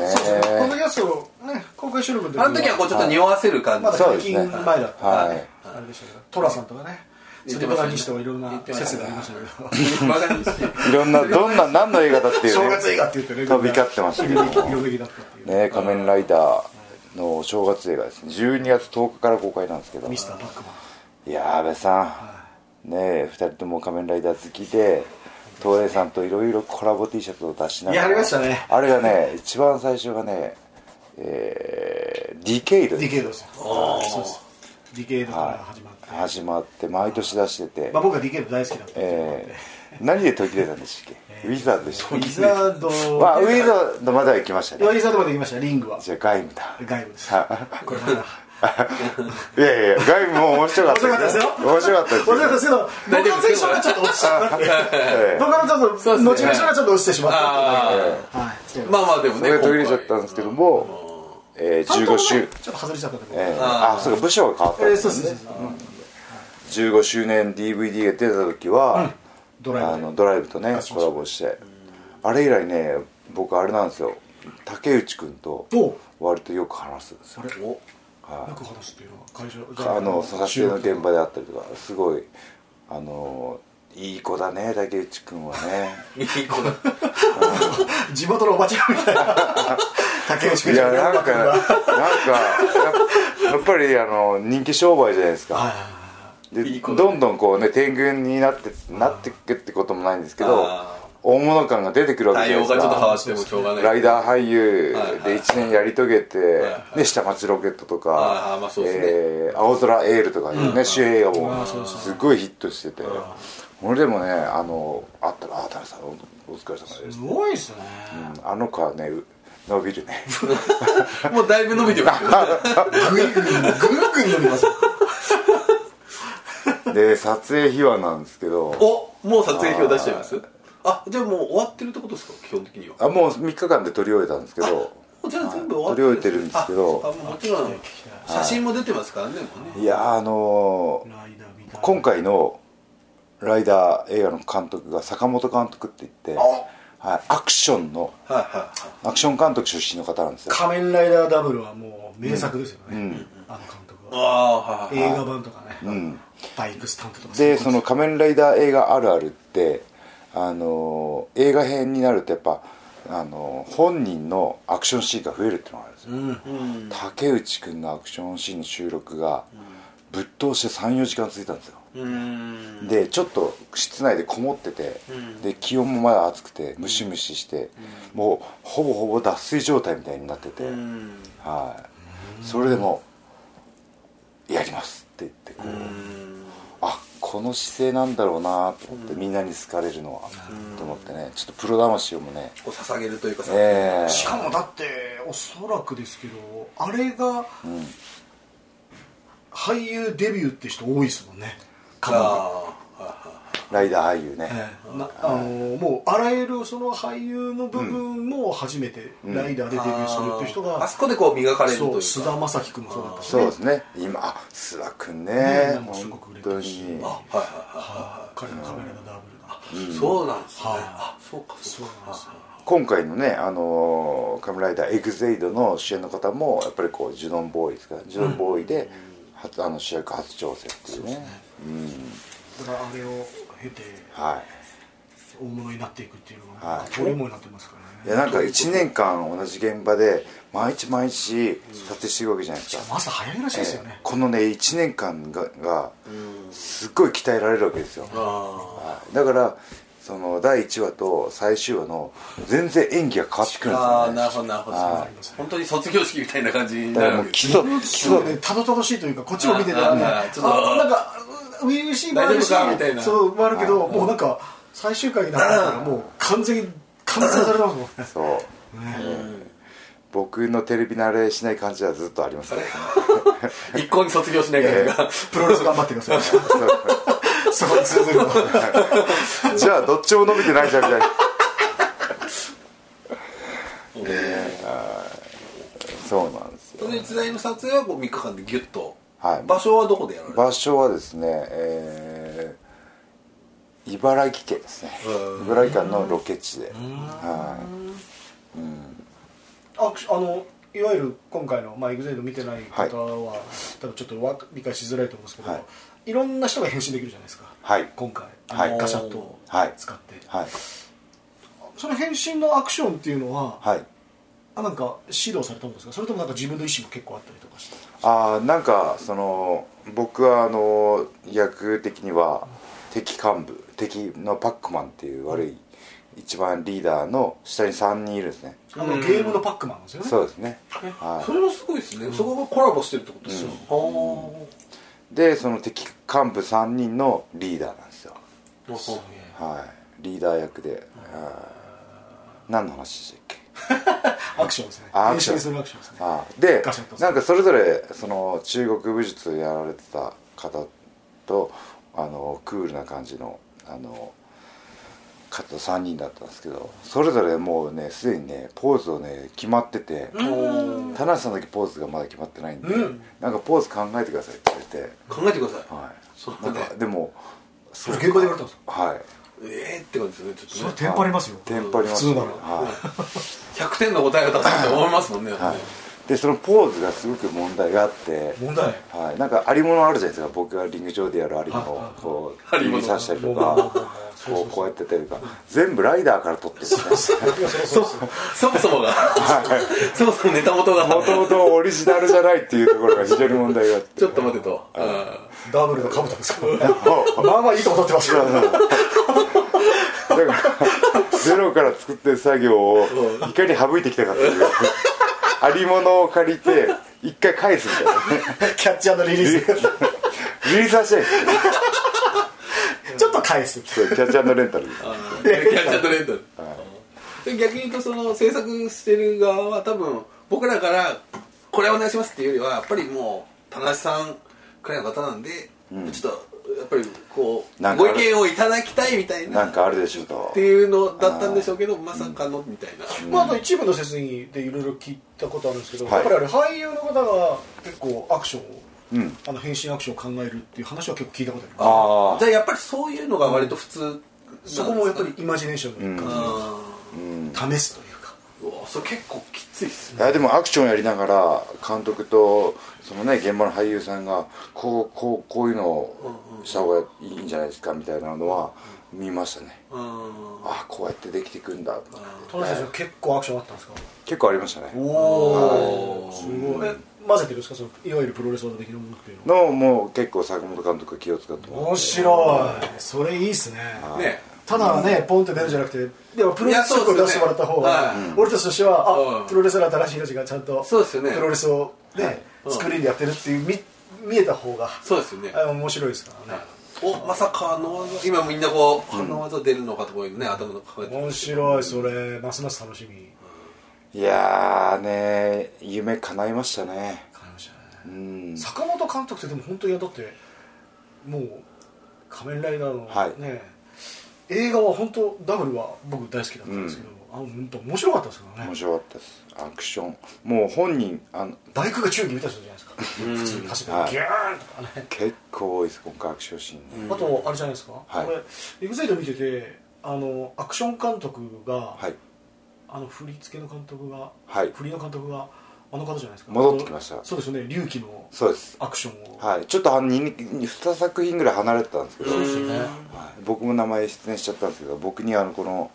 [SPEAKER 3] このキャストのね公開収録の時
[SPEAKER 2] あの時はこうちょっと匂わせる感じ
[SPEAKER 3] まだ
[SPEAKER 1] そう
[SPEAKER 3] 解
[SPEAKER 1] ですね
[SPEAKER 3] 禁前だったん
[SPEAKER 1] は
[SPEAKER 3] で
[SPEAKER 1] い
[SPEAKER 3] あれでしたけど寅さんとかね
[SPEAKER 2] 言
[SPEAKER 3] そ
[SPEAKER 2] って
[SPEAKER 3] れ
[SPEAKER 2] ました
[SPEAKER 3] から
[SPEAKER 2] ね
[SPEAKER 3] にしてもいろん
[SPEAKER 2] 言
[SPEAKER 3] な
[SPEAKER 2] ってました
[SPEAKER 3] 説
[SPEAKER 2] ね
[SPEAKER 3] がありましたけど
[SPEAKER 2] [LAUGHS] バカにして
[SPEAKER 1] いろんなどんな何の映画だっていうね
[SPEAKER 3] 正月映画って言ってね
[SPEAKER 1] 飛び交ってましたけども
[SPEAKER 3] 色めきだったっていう
[SPEAKER 1] ね仮面ライダーの正月映画ですね12月10日から公開なんですけど
[SPEAKER 3] ミスターバックマン
[SPEAKER 1] いやー安倍さん、ねえ2人とも仮面ライダー好きで東映さんといろいろコラボ T シャツを出しながら
[SPEAKER 3] いやありましたね
[SPEAKER 1] あれがね一番最初がねえーディケイド
[SPEAKER 3] デ
[SPEAKER 1] で
[SPEAKER 3] ィケイドですそうですディケイドから始まって
[SPEAKER 1] 始まって毎年出してて、
[SPEAKER 3] まあ僕はディケイド大好きだったっていうのもあって
[SPEAKER 1] えー何で途切れたんでしたっけ、ウィザードでしたっけ
[SPEAKER 3] ウィザード
[SPEAKER 1] まあ、ウィザードまでは行きました
[SPEAKER 3] ウ
[SPEAKER 1] ね
[SPEAKER 3] ィザードまで行きましたリングは
[SPEAKER 1] じゃあ外務だ
[SPEAKER 3] 外部です
[SPEAKER 1] は
[SPEAKER 3] これまだ
[SPEAKER 1] いやいや外務も面白かった面白かったですよ
[SPEAKER 3] 面白かったですけど
[SPEAKER 2] 大
[SPEAKER 3] 僕
[SPEAKER 2] 丈
[SPEAKER 3] の
[SPEAKER 2] 夫
[SPEAKER 3] テ
[SPEAKER 2] で
[SPEAKER 3] ン
[SPEAKER 2] す
[SPEAKER 3] ションがちょっと落ちちゃったっていう
[SPEAKER 1] ええ
[SPEAKER 3] 僕のちょっ
[SPEAKER 2] そう
[SPEAKER 3] と
[SPEAKER 2] ですね
[SPEAKER 3] 後の人がちょっと落ちてしまったっていう
[SPEAKER 1] ええ
[SPEAKER 3] だけはいそう
[SPEAKER 2] まあまあでも
[SPEAKER 1] そ
[SPEAKER 2] ね
[SPEAKER 1] れが途切れちゃったんですけども、えー、15周
[SPEAKER 3] ちょっと外れちゃったんだけど
[SPEAKER 1] えー、
[SPEAKER 2] あー
[SPEAKER 1] あそうか部署が変わったん
[SPEAKER 3] え
[SPEAKER 1] で
[SPEAKER 3] ーそうですす
[SPEAKER 1] ね、
[SPEAKER 3] そうです
[SPEAKER 1] 15周年 DVD が出た時は、
[SPEAKER 3] ドラ
[SPEAKER 1] あ
[SPEAKER 3] イブ
[SPEAKER 1] のドライブとね
[SPEAKER 3] そうそう
[SPEAKER 1] コラボしてあれ以来ね僕あれなんですよ竹内君と
[SPEAKER 3] お
[SPEAKER 1] 割とよく話すんですよ
[SPEAKER 2] お
[SPEAKER 3] よく話すっていうのは会社
[SPEAKER 1] あの佐々木の現場であったりとかすごいあのいい子だね竹内君は
[SPEAKER 2] [LAUGHS]
[SPEAKER 1] ね
[SPEAKER 2] いい子だ
[SPEAKER 3] 地元のおばちゃんみたいな竹内
[SPEAKER 1] い
[SPEAKER 3] 君
[SPEAKER 1] やなん
[SPEAKER 2] [LAUGHS]
[SPEAKER 3] は
[SPEAKER 1] かなんかやっやっぱりあの人気商売じゃないですか、
[SPEAKER 3] いはいはい
[SPEAKER 1] で
[SPEAKER 2] いいことね
[SPEAKER 1] どんどんこうね天狗になってなってくってこともないんですけど
[SPEAKER 2] あ
[SPEAKER 1] 大物感が出てくるわけ
[SPEAKER 2] 対
[SPEAKER 1] じゃな
[SPEAKER 2] 応
[SPEAKER 1] い
[SPEAKER 2] が
[SPEAKER 1] で
[SPEAKER 2] ちょ
[SPEAKER 1] すか
[SPEAKER 2] っと変わってもしょうがない
[SPEAKER 1] ライダー俳優
[SPEAKER 2] はいはい
[SPEAKER 1] で1年やり遂げて、
[SPEAKER 2] いはい
[SPEAKER 1] で下町ロケットと
[SPEAKER 2] あ
[SPEAKER 1] か
[SPEAKER 2] ーまあ、そうですね
[SPEAKER 1] えー青空エールとかいうね、主演映画
[SPEAKER 3] あ
[SPEAKER 1] も
[SPEAKER 3] ーそうそう
[SPEAKER 1] すごいヒットしてて俺でもねあの会ったら「ああ田辺さんおお疲れ様です
[SPEAKER 3] すごいですね」
[SPEAKER 1] うんあの子はねう伸びるね [LAUGHS]
[SPEAKER 2] [LAUGHS] もうだいぶ伸びてますよ
[SPEAKER 3] グイグイグイグイ伸びます
[SPEAKER 1] で撮影秘話なんですけど
[SPEAKER 2] おもう撮影表出しちゃいますあじゃあもう終わってるってことですか基本的には
[SPEAKER 1] あもう3日間で撮り終えたんですけど
[SPEAKER 2] もうじゃあ全部
[SPEAKER 1] はい
[SPEAKER 2] 終
[SPEAKER 1] 取り
[SPEAKER 2] わ
[SPEAKER 1] 終
[SPEAKER 2] っ
[SPEAKER 1] え
[SPEAKER 2] て
[SPEAKER 1] てるんですけど
[SPEAKER 2] ああもうもちろん写真も出てますからねもうね
[SPEAKER 1] いやーあのー
[SPEAKER 3] ライダーみたいな
[SPEAKER 1] 今回のライダー映画の監督が坂本監督って言って、はい、アクションの
[SPEAKER 2] はいはいはい
[SPEAKER 1] アクション監督出身の方なんですよ
[SPEAKER 3] 仮面ライダーダブルはもう名作ですよね、あの監督
[SPEAKER 2] あ
[SPEAKER 3] は
[SPEAKER 2] あはいはい
[SPEAKER 3] 映画版とかね、バイクスタントとか
[SPEAKER 1] でその「仮面ライダー映画あるある」って、あのー映画編になるとやっぱ、あのー本人のアクションシーンが増えるっていうのがあるんですよ、
[SPEAKER 2] うん
[SPEAKER 1] 竹内くんのアクションシーンの収録がぶっ通して34時間続いたんですよ
[SPEAKER 2] うーん
[SPEAKER 1] でちょっと室内でこもってて、
[SPEAKER 2] うん
[SPEAKER 1] で気温もまだ暑くてムシムシして、もうほぼほぼ脱水状態みたいになってて、
[SPEAKER 2] うん
[SPEAKER 1] はいそれでも「やります」って言ってこう、
[SPEAKER 2] うん
[SPEAKER 1] あこの姿勢なんだろうなと思って、みんなに好かれるのは、と思ってねちょっとプロ魂をもね
[SPEAKER 2] こう捧げるというかさ
[SPEAKER 1] ええ
[SPEAKER 3] しかもだっておそらくですけどあれが、俳優デビューって人多いですもんね
[SPEAKER 2] ああはいはい
[SPEAKER 1] ライダー俳優ね、
[SPEAKER 3] なあのもうあらゆるその俳優の部分も初めてライダーでデビューするっていう人
[SPEAKER 2] あー
[SPEAKER 3] が、
[SPEAKER 2] あそこでこう磨かれるという
[SPEAKER 3] そう
[SPEAKER 2] か
[SPEAKER 3] 菅田将暉君もそうだったし、
[SPEAKER 1] そう
[SPEAKER 3] ね
[SPEAKER 1] ですね今あ諏訪君ね
[SPEAKER 3] ねもうすごく
[SPEAKER 1] 本
[SPEAKER 3] 売れて
[SPEAKER 1] 当
[SPEAKER 3] るし
[SPEAKER 1] に
[SPEAKER 2] あはいはいは
[SPEAKER 3] はい彼のカメラのダブルだ
[SPEAKER 2] い、そうなんですね、
[SPEAKER 3] はい
[SPEAKER 2] あそうかそうか
[SPEAKER 1] 今回のね「あのー仮面ライダーエグゼイド」の主演の方もやっぱりこうジュノンボーイですからジュノンボーイで、初あの主役初挑戦っていうね
[SPEAKER 3] だからあれを経て
[SPEAKER 1] は
[SPEAKER 3] 大物になっていくっていうのが、
[SPEAKER 1] はい
[SPEAKER 3] トレモになってますからね
[SPEAKER 1] いいやなんか1年間同じ現場で毎日毎日撮影していくわけじゃないですか、
[SPEAKER 3] まさ早いらしいですよ
[SPEAKER 1] えー
[SPEAKER 3] ね、
[SPEAKER 1] このね1年間ががすっごい鍛えられるわけですよ、
[SPEAKER 2] あ
[SPEAKER 1] はいだからその第1話と最終話の全然演技が変わってくるんです
[SPEAKER 2] あ
[SPEAKER 1] よ
[SPEAKER 2] ー
[SPEAKER 1] ね
[SPEAKER 2] なるほどなるほど
[SPEAKER 1] は
[SPEAKER 2] 本当に卒業式みたいな感じに
[SPEAKER 1] だ
[SPEAKER 2] な
[SPEAKER 1] から
[SPEAKER 2] る
[SPEAKER 1] もう
[SPEAKER 2] わけで
[SPEAKER 1] 基
[SPEAKER 2] すね
[SPEAKER 1] 礎基
[SPEAKER 3] すご
[SPEAKER 1] 礎
[SPEAKER 3] いねたどたどしいというかこっちを見てたらね
[SPEAKER 2] あ
[SPEAKER 3] あ
[SPEAKER 2] ああちょっと
[SPEAKER 3] なんか初々しいもあるし
[SPEAKER 2] 大丈夫かみたいな
[SPEAKER 3] そうもあるけどもうなんか最終回になったからもう完全に完成されてますもん
[SPEAKER 1] そう、僕のテレビ慣れしない感じはずっとありますね
[SPEAKER 2] 一向に卒業しないからが、 [LAUGHS]
[SPEAKER 3] プロレス頑張ってくださいそこに通ずるわ
[SPEAKER 1] [LAUGHS] じゃあどっちも伸びてないじゃんみたいなそうなんですよ
[SPEAKER 2] その一台の撮影はこう3日間でギュッと、
[SPEAKER 1] はい
[SPEAKER 2] 場所はどこでやられる
[SPEAKER 1] 場所はですね、えー茨城県ですね
[SPEAKER 2] うん
[SPEAKER 1] 茨城県のロケ地では
[SPEAKER 3] ああのいわゆる今回の、まあ、EXILE 見てない方は、多分ちょっとわ理解しづらいと思うんですけど、
[SPEAKER 1] はい
[SPEAKER 3] い、ろんな人が変身できるじゃないですか
[SPEAKER 1] はい
[SPEAKER 3] 今回、
[SPEAKER 1] はい
[SPEAKER 3] あのガシャッと
[SPEAKER 1] はい
[SPEAKER 3] 使って、
[SPEAKER 1] いはい
[SPEAKER 3] その変身のアクションっていうのは、
[SPEAKER 1] はい
[SPEAKER 3] あなんか指導されたんですかそれともなんか自分の意思も結構あったりとかして
[SPEAKER 1] あーなんかその僕はあの役的には敵幹部敵のパックマンっていう悪い一番リーダーの下に3人いるんですね
[SPEAKER 3] あのゲームのパックマンなんですよね
[SPEAKER 1] そうですねは
[SPEAKER 2] それもすごいですね、そこがコラボしてるってことですよ、は
[SPEAKER 1] はいでその敵幹部3人のリーダーなんですよ
[SPEAKER 2] あすげ
[SPEAKER 1] はいリーダー役ではい何の話でし
[SPEAKER 3] [LAUGHS]
[SPEAKER 1] たっけ
[SPEAKER 3] アクションですね
[SPEAKER 1] あ
[SPEAKER 3] 変
[SPEAKER 1] アク
[SPEAKER 3] 身
[SPEAKER 1] ション
[SPEAKER 3] するアクションですね
[SPEAKER 1] あーで
[SPEAKER 3] ガシャッと
[SPEAKER 1] なんかそれぞれその中国武術やられてた方とあのクールな感じのあの方3人だったんですけどそれぞれもうねすでにねポーズをね決まってて
[SPEAKER 2] うん
[SPEAKER 1] 田無さんだけポーズがまだ決まってないんで、
[SPEAKER 3] うん
[SPEAKER 1] なんかポーズ考えてくださいって言われて、
[SPEAKER 2] 考えてください、
[SPEAKER 1] は
[SPEAKER 2] そう
[SPEAKER 1] い、な
[SPEAKER 2] だ
[SPEAKER 1] ん
[SPEAKER 2] ね
[SPEAKER 1] かでもそ
[SPEAKER 3] れ現場で言われたんです
[SPEAKER 1] はい
[SPEAKER 2] ええって感じですよねち
[SPEAKER 3] そ
[SPEAKER 2] ょっ
[SPEAKER 3] れ
[SPEAKER 2] と
[SPEAKER 3] テ
[SPEAKER 2] ね
[SPEAKER 3] ンパりますよ
[SPEAKER 1] テンパります
[SPEAKER 3] 普通なら
[SPEAKER 1] はい
[SPEAKER 2] 100点の答えが出せると思いますもんね、
[SPEAKER 1] はいでそのポーズがすごく問題があって
[SPEAKER 3] 問題
[SPEAKER 1] はい、なんかありものあるじゃないですか僕がリング上でやるありものをこう
[SPEAKER 2] 有り物
[SPEAKER 1] 指さしたりと
[SPEAKER 3] もうもうもうもう
[SPEAKER 1] かこうこうやってたりとか全部ライダーから取ってるんですね
[SPEAKER 2] [LAUGHS] そうそもそもがそもそもネタ元が
[SPEAKER 1] もともとオリジナルじゃないっていうところが非常に問題があって
[SPEAKER 2] ちょっと待てと、うん
[SPEAKER 3] ダブルのカブタです
[SPEAKER 1] [LAUGHS]
[SPEAKER 3] からまあまあいいとこ取ってますよ
[SPEAKER 1] だからゼロから作ってる作業をいかに省いてきたかっていうありものを借りて一回返すみたいなね
[SPEAKER 3] キャッチャーのリリース
[SPEAKER 1] リリースはしてないです
[SPEAKER 3] ちょっと返す
[SPEAKER 1] そうキャッチャーのレンタルです
[SPEAKER 2] キャッチャートレンドで逆に言うとその制作してる側は多分僕らからこれお願いしますっていうよりはやっぱりもう田無さんくらいの方なんで、ちょっとやっぱりこ
[SPEAKER 1] なん
[SPEAKER 2] う
[SPEAKER 1] か
[SPEAKER 2] ご
[SPEAKER 1] ある
[SPEAKER 2] 意見をいただきたいみたいな
[SPEAKER 1] なん
[SPEAKER 2] っ
[SPEAKER 1] かあるでしょうと
[SPEAKER 2] ていうのだったんでしょうけどまさかのみたいな、
[SPEAKER 3] まあ、あと一部の説にでいろいろ聞いたことあるんですけど、
[SPEAKER 1] はい
[SPEAKER 3] やっぱりあれ俳優の方が結構アクションを、
[SPEAKER 1] うん
[SPEAKER 3] あの変身アクションを考えるっていう話は結構聞いたことあります
[SPEAKER 1] あ
[SPEAKER 2] じゃあやっぱりそういうのが割と普通なんです
[SPEAKER 3] そ
[SPEAKER 2] か
[SPEAKER 3] こもやっぱりイマジネーションの一環
[SPEAKER 2] う
[SPEAKER 3] で試すというか、
[SPEAKER 2] んうわそれ結構きついっす
[SPEAKER 1] い
[SPEAKER 2] ね
[SPEAKER 1] やでもアクションやりながら監督とそのね現場の俳優さんがこうこうこういうのをした方がいいんじゃないですかみたいなのは見ましたね
[SPEAKER 2] うん
[SPEAKER 1] あこうやってできていくんだと思って
[SPEAKER 3] 田中選手は結構アクションあったんですか
[SPEAKER 1] 結構ありましたね
[SPEAKER 3] おおすごいえ混ぜてるんですかそのいわゆるプロレス技的なものっていうのは
[SPEAKER 1] のもう結構坂本監督が気を使っても
[SPEAKER 3] 面白いそれいいっすね
[SPEAKER 2] ね
[SPEAKER 3] ただね、ポンって出るじゃなくてでもプロレス色を出してもらった方
[SPEAKER 2] いやそう
[SPEAKER 3] が、
[SPEAKER 2] ですね
[SPEAKER 3] 俺たちとしてはあ、
[SPEAKER 2] うん
[SPEAKER 3] プロレスラー新しい命がちゃんと
[SPEAKER 2] そうですよね
[SPEAKER 3] プロレスをね、
[SPEAKER 2] うん
[SPEAKER 3] スクリーンでやってるっていう見見えた方が
[SPEAKER 2] そうですよね
[SPEAKER 3] あ面白いですからね
[SPEAKER 2] おまさかあの技今みんなこう、あの技出るのかとかいうね頭の抱えて
[SPEAKER 3] 面白いそれますます楽しみ
[SPEAKER 1] いやーね夢叶いましたね
[SPEAKER 3] 感じました
[SPEAKER 1] う
[SPEAKER 3] ね
[SPEAKER 1] ん
[SPEAKER 3] 坂本監督ってでも本当にだってもう「仮面ライダー」のね、
[SPEAKER 1] はい
[SPEAKER 3] 映画は本当ダブルは僕大好きだったんですけど、あ本当面白かったですから
[SPEAKER 1] 面
[SPEAKER 3] ね
[SPEAKER 1] 白かったですアクションもう本人あの
[SPEAKER 3] バイクが宙に浮いた人じゃないですか普通に走ってギュ
[SPEAKER 1] は
[SPEAKER 3] ー
[SPEAKER 1] い
[SPEAKER 3] ンとかね
[SPEAKER 1] 結構多いです今回アクションシーンね、
[SPEAKER 3] あとあれじゃないですか、
[SPEAKER 1] はい
[SPEAKER 3] これ EXILE 見ててあのアクション監督が、
[SPEAKER 1] はい
[SPEAKER 3] あの振り付けの監督が、
[SPEAKER 1] はい
[SPEAKER 3] 振りの監督があの方じゃないですか
[SPEAKER 1] 戻ってきました
[SPEAKER 3] そうですよね龍騎の
[SPEAKER 1] そうです
[SPEAKER 3] アクションを、
[SPEAKER 1] はい、ちょっとあのにに2作品ぐらい離れてたんですけど、
[SPEAKER 2] うん
[SPEAKER 1] はい
[SPEAKER 3] そうですよね
[SPEAKER 1] 僕も名前出演しちゃったんですけど僕にあのこの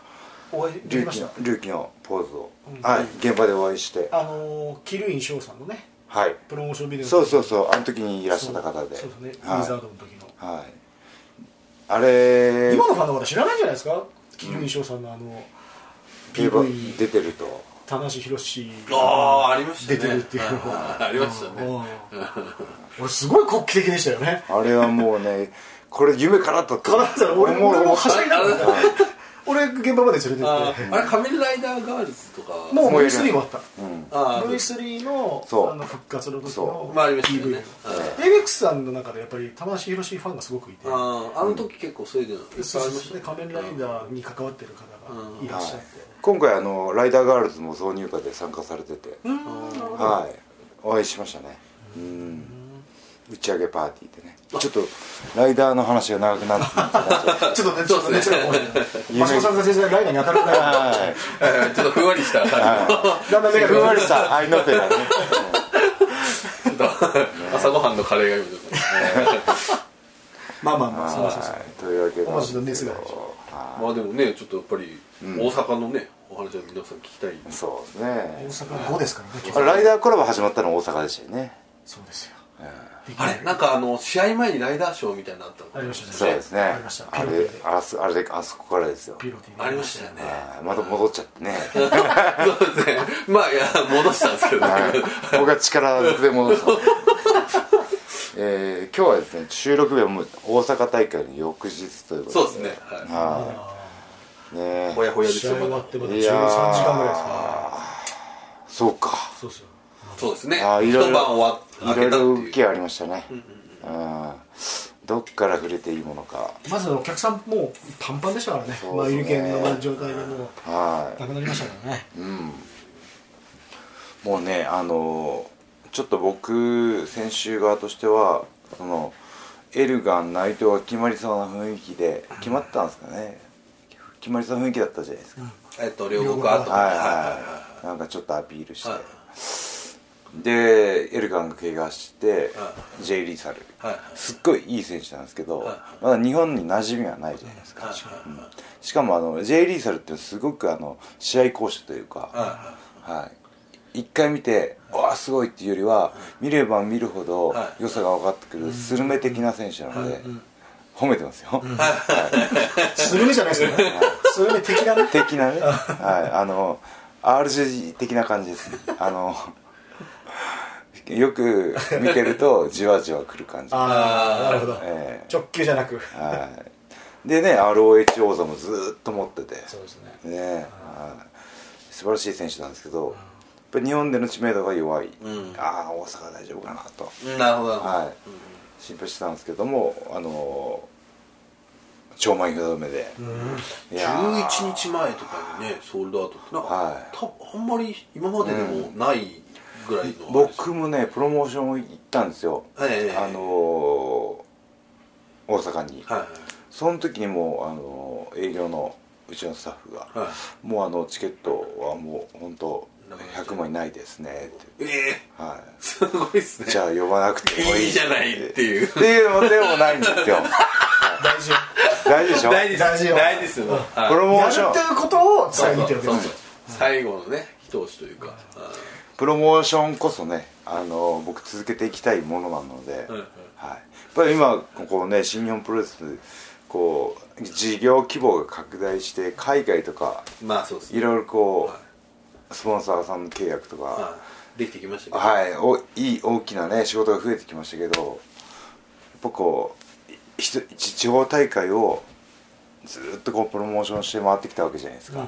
[SPEAKER 3] お会いで
[SPEAKER 1] 龍
[SPEAKER 3] きまし
[SPEAKER 1] 騎
[SPEAKER 3] た
[SPEAKER 1] の龍騎のポーズを、
[SPEAKER 3] うん
[SPEAKER 1] はい、現場でお会いして、
[SPEAKER 3] あのキルイン翔さんのね
[SPEAKER 1] はい、
[SPEAKER 3] プロモーションビデオの
[SPEAKER 1] そうそうそうあの時にいらっしゃった方で
[SPEAKER 3] そうそうですね、ウィザー
[SPEAKER 1] は
[SPEAKER 3] ドの時の
[SPEAKER 1] い、はい、あれ
[SPEAKER 3] 今のファンの方知らないんじゃないですかキルイン翔さんのあの
[SPEAKER 1] 競馬
[SPEAKER 3] PV
[SPEAKER 1] 出てると
[SPEAKER 3] 田無宏
[SPEAKER 2] ああありましたね
[SPEAKER 3] 出てるっていうの
[SPEAKER 2] あありましたね
[SPEAKER 3] うん俺すごい国旗的でしたよね
[SPEAKER 1] あれはもうねこれ夢からだった
[SPEAKER 3] かなったら俺も俺もはしゃぎながら
[SPEAKER 2] あ
[SPEAKER 3] 俺現場まで連れて
[SPEAKER 2] あ
[SPEAKER 3] って
[SPEAKER 2] ーあれ仮面ライダーガールズとか
[SPEAKER 3] もう
[SPEAKER 1] もういる
[SPEAKER 3] V3 終わった
[SPEAKER 1] うん
[SPEAKER 2] あー
[SPEAKER 3] V3 の
[SPEAKER 1] そう
[SPEAKER 3] あの復活の時
[SPEAKER 1] そ
[SPEAKER 3] の
[SPEAKER 2] まあありましたよね
[SPEAKER 3] PV エイベックスさんの中でやっぱり玉梨宏ファンがすごくいて
[SPEAKER 2] あーあの時結構そういうのいっぱいありま
[SPEAKER 3] そうそう
[SPEAKER 2] し
[SPEAKER 3] そ
[SPEAKER 2] た
[SPEAKER 3] うで
[SPEAKER 2] ね
[SPEAKER 3] 仮面ライダーに関わってる方がいらっしゃって
[SPEAKER 1] 今回あのライダーガールズも挿入歌で参加されてて
[SPEAKER 3] うーんなるほど
[SPEAKER 1] はいお会いしましたねうん打ち上げパーティーでねちょっとライダーの話が長くなってきた
[SPEAKER 3] [LAUGHS]
[SPEAKER 1] な
[SPEAKER 3] ちょっとねちょっとねちょっとね松本さんが全然ライダーに当たるから
[SPEAKER 1] はい
[SPEAKER 2] はいちょっとふんわり [LAUGHS] した感
[SPEAKER 3] だんだん目が
[SPEAKER 1] ふんわりし
[SPEAKER 3] さ
[SPEAKER 1] た愛の
[SPEAKER 3] [LAUGHS]
[SPEAKER 1] 手だね
[SPEAKER 2] じちょっと朝ごはんのカレーが今ちょっ
[SPEAKER 3] まあまあまあそうそうそう
[SPEAKER 1] はいというわけで
[SPEAKER 3] お待ちの熱が
[SPEAKER 2] と
[SPEAKER 1] は
[SPEAKER 2] まあでもねちょっとやっぱり大阪のねお話は皆さん聞きたい
[SPEAKER 1] いそうですね
[SPEAKER 3] 大阪5ですからね
[SPEAKER 1] あライダーコラボ始まったの大阪でしたよね
[SPEAKER 3] そうですよ
[SPEAKER 2] あれなんかあの試合前にライダーショーみたいなのあったの
[SPEAKER 3] ありましたね
[SPEAKER 1] そうですね
[SPEAKER 3] ありました
[SPEAKER 1] あ
[SPEAKER 3] ピロ
[SPEAKER 1] れ
[SPEAKER 3] ティで
[SPEAKER 1] あそあれあそこからですよ
[SPEAKER 3] ピロティ
[SPEAKER 2] ありましたよね [LAUGHS]
[SPEAKER 1] はいまた戻っちゃってね
[SPEAKER 2] そうですねまあいや戻したんですけどね
[SPEAKER 1] はい [LAUGHS] 僕は力ずくで戻したえー、今日はですね収録日はもう大阪大会の翌日ということ
[SPEAKER 2] そうですねは
[SPEAKER 1] はいねえ
[SPEAKER 2] いほやほやです
[SPEAKER 3] 試合
[SPEAKER 2] よ
[SPEAKER 3] 終わ
[SPEAKER 2] まだ
[SPEAKER 3] ってまだ13
[SPEAKER 1] い
[SPEAKER 3] 時
[SPEAKER 1] やー
[SPEAKER 3] 間ぐらいですから
[SPEAKER 1] そうか
[SPEAKER 3] そうですよ
[SPEAKER 2] そうですね一
[SPEAKER 1] あーいろい
[SPEAKER 2] 晩終わ
[SPEAKER 1] ろ
[SPEAKER 2] っ
[SPEAKER 1] い
[SPEAKER 2] 開
[SPEAKER 1] ろい
[SPEAKER 2] けた
[SPEAKER 1] ろ
[SPEAKER 2] ってい
[SPEAKER 1] 受
[SPEAKER 2] う
[SPEAKER 1] けありましたねうんどっから触れていいものか
[SPEAKER 3] まずお客さんもうパンパンでしたからね
[SPEAKER 1] そう
[SPEAKER 3] まあ
[SPEAKER 1] です
[SPEAKER 3] 有
[SPEAKER 1] ね
[SPEAKER 3] 券の状態でもう
[SPEAKER 1] はい
[SPEAKER 3] なくなりましたからね
[SPEAKER 1] もうねあのちょっと僕選手側としてはそのエルガン内藤が決まりそうな雰囲気で決まったんですかね決まりそうな雰囲気だったじゃないですか、
[SPEAKER 2] えっと両国アート
[SPEAKER 1] はいは
[SPEAKER 2] はい
[SPEAKER 1] はいなんかちょっとアピールして、
[SPEAKER 2] はい
[SPEAKER 1] でエルガンが怪我して、
[SPEAKER 2] は
[SPEAKER 1] J リーサル
[SPEAKER 2] いはいはい
[SPEAKER 1] すっごいいい選手なんですけど、
[SPEAKER 2] はい
[SPEAKER 1] まだ日本に馴染みはないじゃないですか、
[SPEAKER 2] はいはいはい
[SPEAKER 1] しかもあの J リーサルってすごくあの試合講師というか、
[SPEAKER 2] は
[SPEAKER 1] はい、一回見て「わあすごい」っていうよりは見れば見るほど
[SPEAKER 2] はい
[SPEAKER 1] 良さが分かってくるスルメ的な選手なので褒めてますよ、
[SPEAKER 3] スルメじゃないです [LAUGHS] よねスルメ的なね
[SPEAKER 1] 的なね、はい、あの RG 的な感じですあのよく見てるとじわじわくる感じ、
[SPEAKER 3] ああなるほど
[SPEAKER 1] え
[SPEAKER 3] 直球じゃなく
[SPEAKER 1] えはい、でね ROH 王座もずーっと持ってて
[SPEAKER 3] そうですね
[SPEAKER 1] ねはい素晴らしい選手なんですけど、やっぱり日本での知名度が弱い、
[SPEAKER 2] ん
[SPEAKER 1] ああ大阪大丈夫かなと、
[SPEAKER 2] うんなるほどなるほど
[SPEAKER 1] はい、心配してたんですけどもあのー、超満員札止めで、いやー
[SPEAKER 2] 11日前とかにねソールドアウトってなんか、
[SPEAKER 1] はい
[SPEAKER 2] たあんまり今まででもないぐらいの、
[SPEAKER 1] 僕もねプロモーション行ったんですよ、
[SPEAKER 2] ええ
[SPEAKER 1] あのー、大阪に、
[SPEAKER 2] は
[SPEAKER 1] その時にもう、あのー営業のうちのスタッフが、
[SPEAKER 2] いはい
[SPEAKER 1] もうあのチケットはもう本当
[SPEAKER 2] なくなっちゃう
[SPEAKER 1] 100枚ないですねって、
[SPEAKER 2] ええ
[SPEAKER 1] はい、
[SPEAKER 2] すごいっすね
[SPEAKER 1] じゃあ呼ばなくてもいい
[SPEAKER 2] いいじゃないっていう
[SPEAKER 1] っていうのでもないんです
[SPEAKER 2] [LAUGHS]
[SPEAKER 1] よ
[SPEAKER 3] 大事よ
[SPEAKER 1] 大事でしょ
[SPEAKER 2] 大事で
[SPEAKER 3] 大事
[SPEAKER 2] す
[SPEAKER 3] よ
[SPEAKER 2] 大事ですよ、はい
[SPEAKER 1] これも
[SPEAKER 3] や
[SPEAKER 1] 面
[SPEAKER 3] る
[SPEAKER 1] 白い
[SPEAKER 3] っていうことを伝えに行ってるわ
[SPEAKER 2] そ
[SPEAKER 3] け
[SPEAKER 2] う
[SPEAKER 3] で
[SPEAKER 2] そう
[SPEAKER 3] す
[SPEAKER 2] 最後のね一押しというか、は
[SPEAKER 1] プロモーションこそねあの僕続けていきたいものなので、
[SPEAKER 2] うんうん
[SPEAKER 1] はい、やっぱり今ここね新日本プロレスこう事業規模が拡大して海外とか
[SPEAKER 2] い、まあそうです
[SPEAKER 1] い
[SPEAKER 2] ね
[SPEAKER 1] ろいろこう、
[SPEAKER 2] は
[SPEAKER 1] スポンサーさんの契約と
[SPEAKER 2] い
[SPEAKER 1] か、
[SPEAKER 2] はいできてきましたけど、
[SPEAKER 1] はいおいい大きなね仕事が増えてきましたけどやっぱこういひと地方大会をずーっとこうプロモーションして回ってきたわけじゃないですか、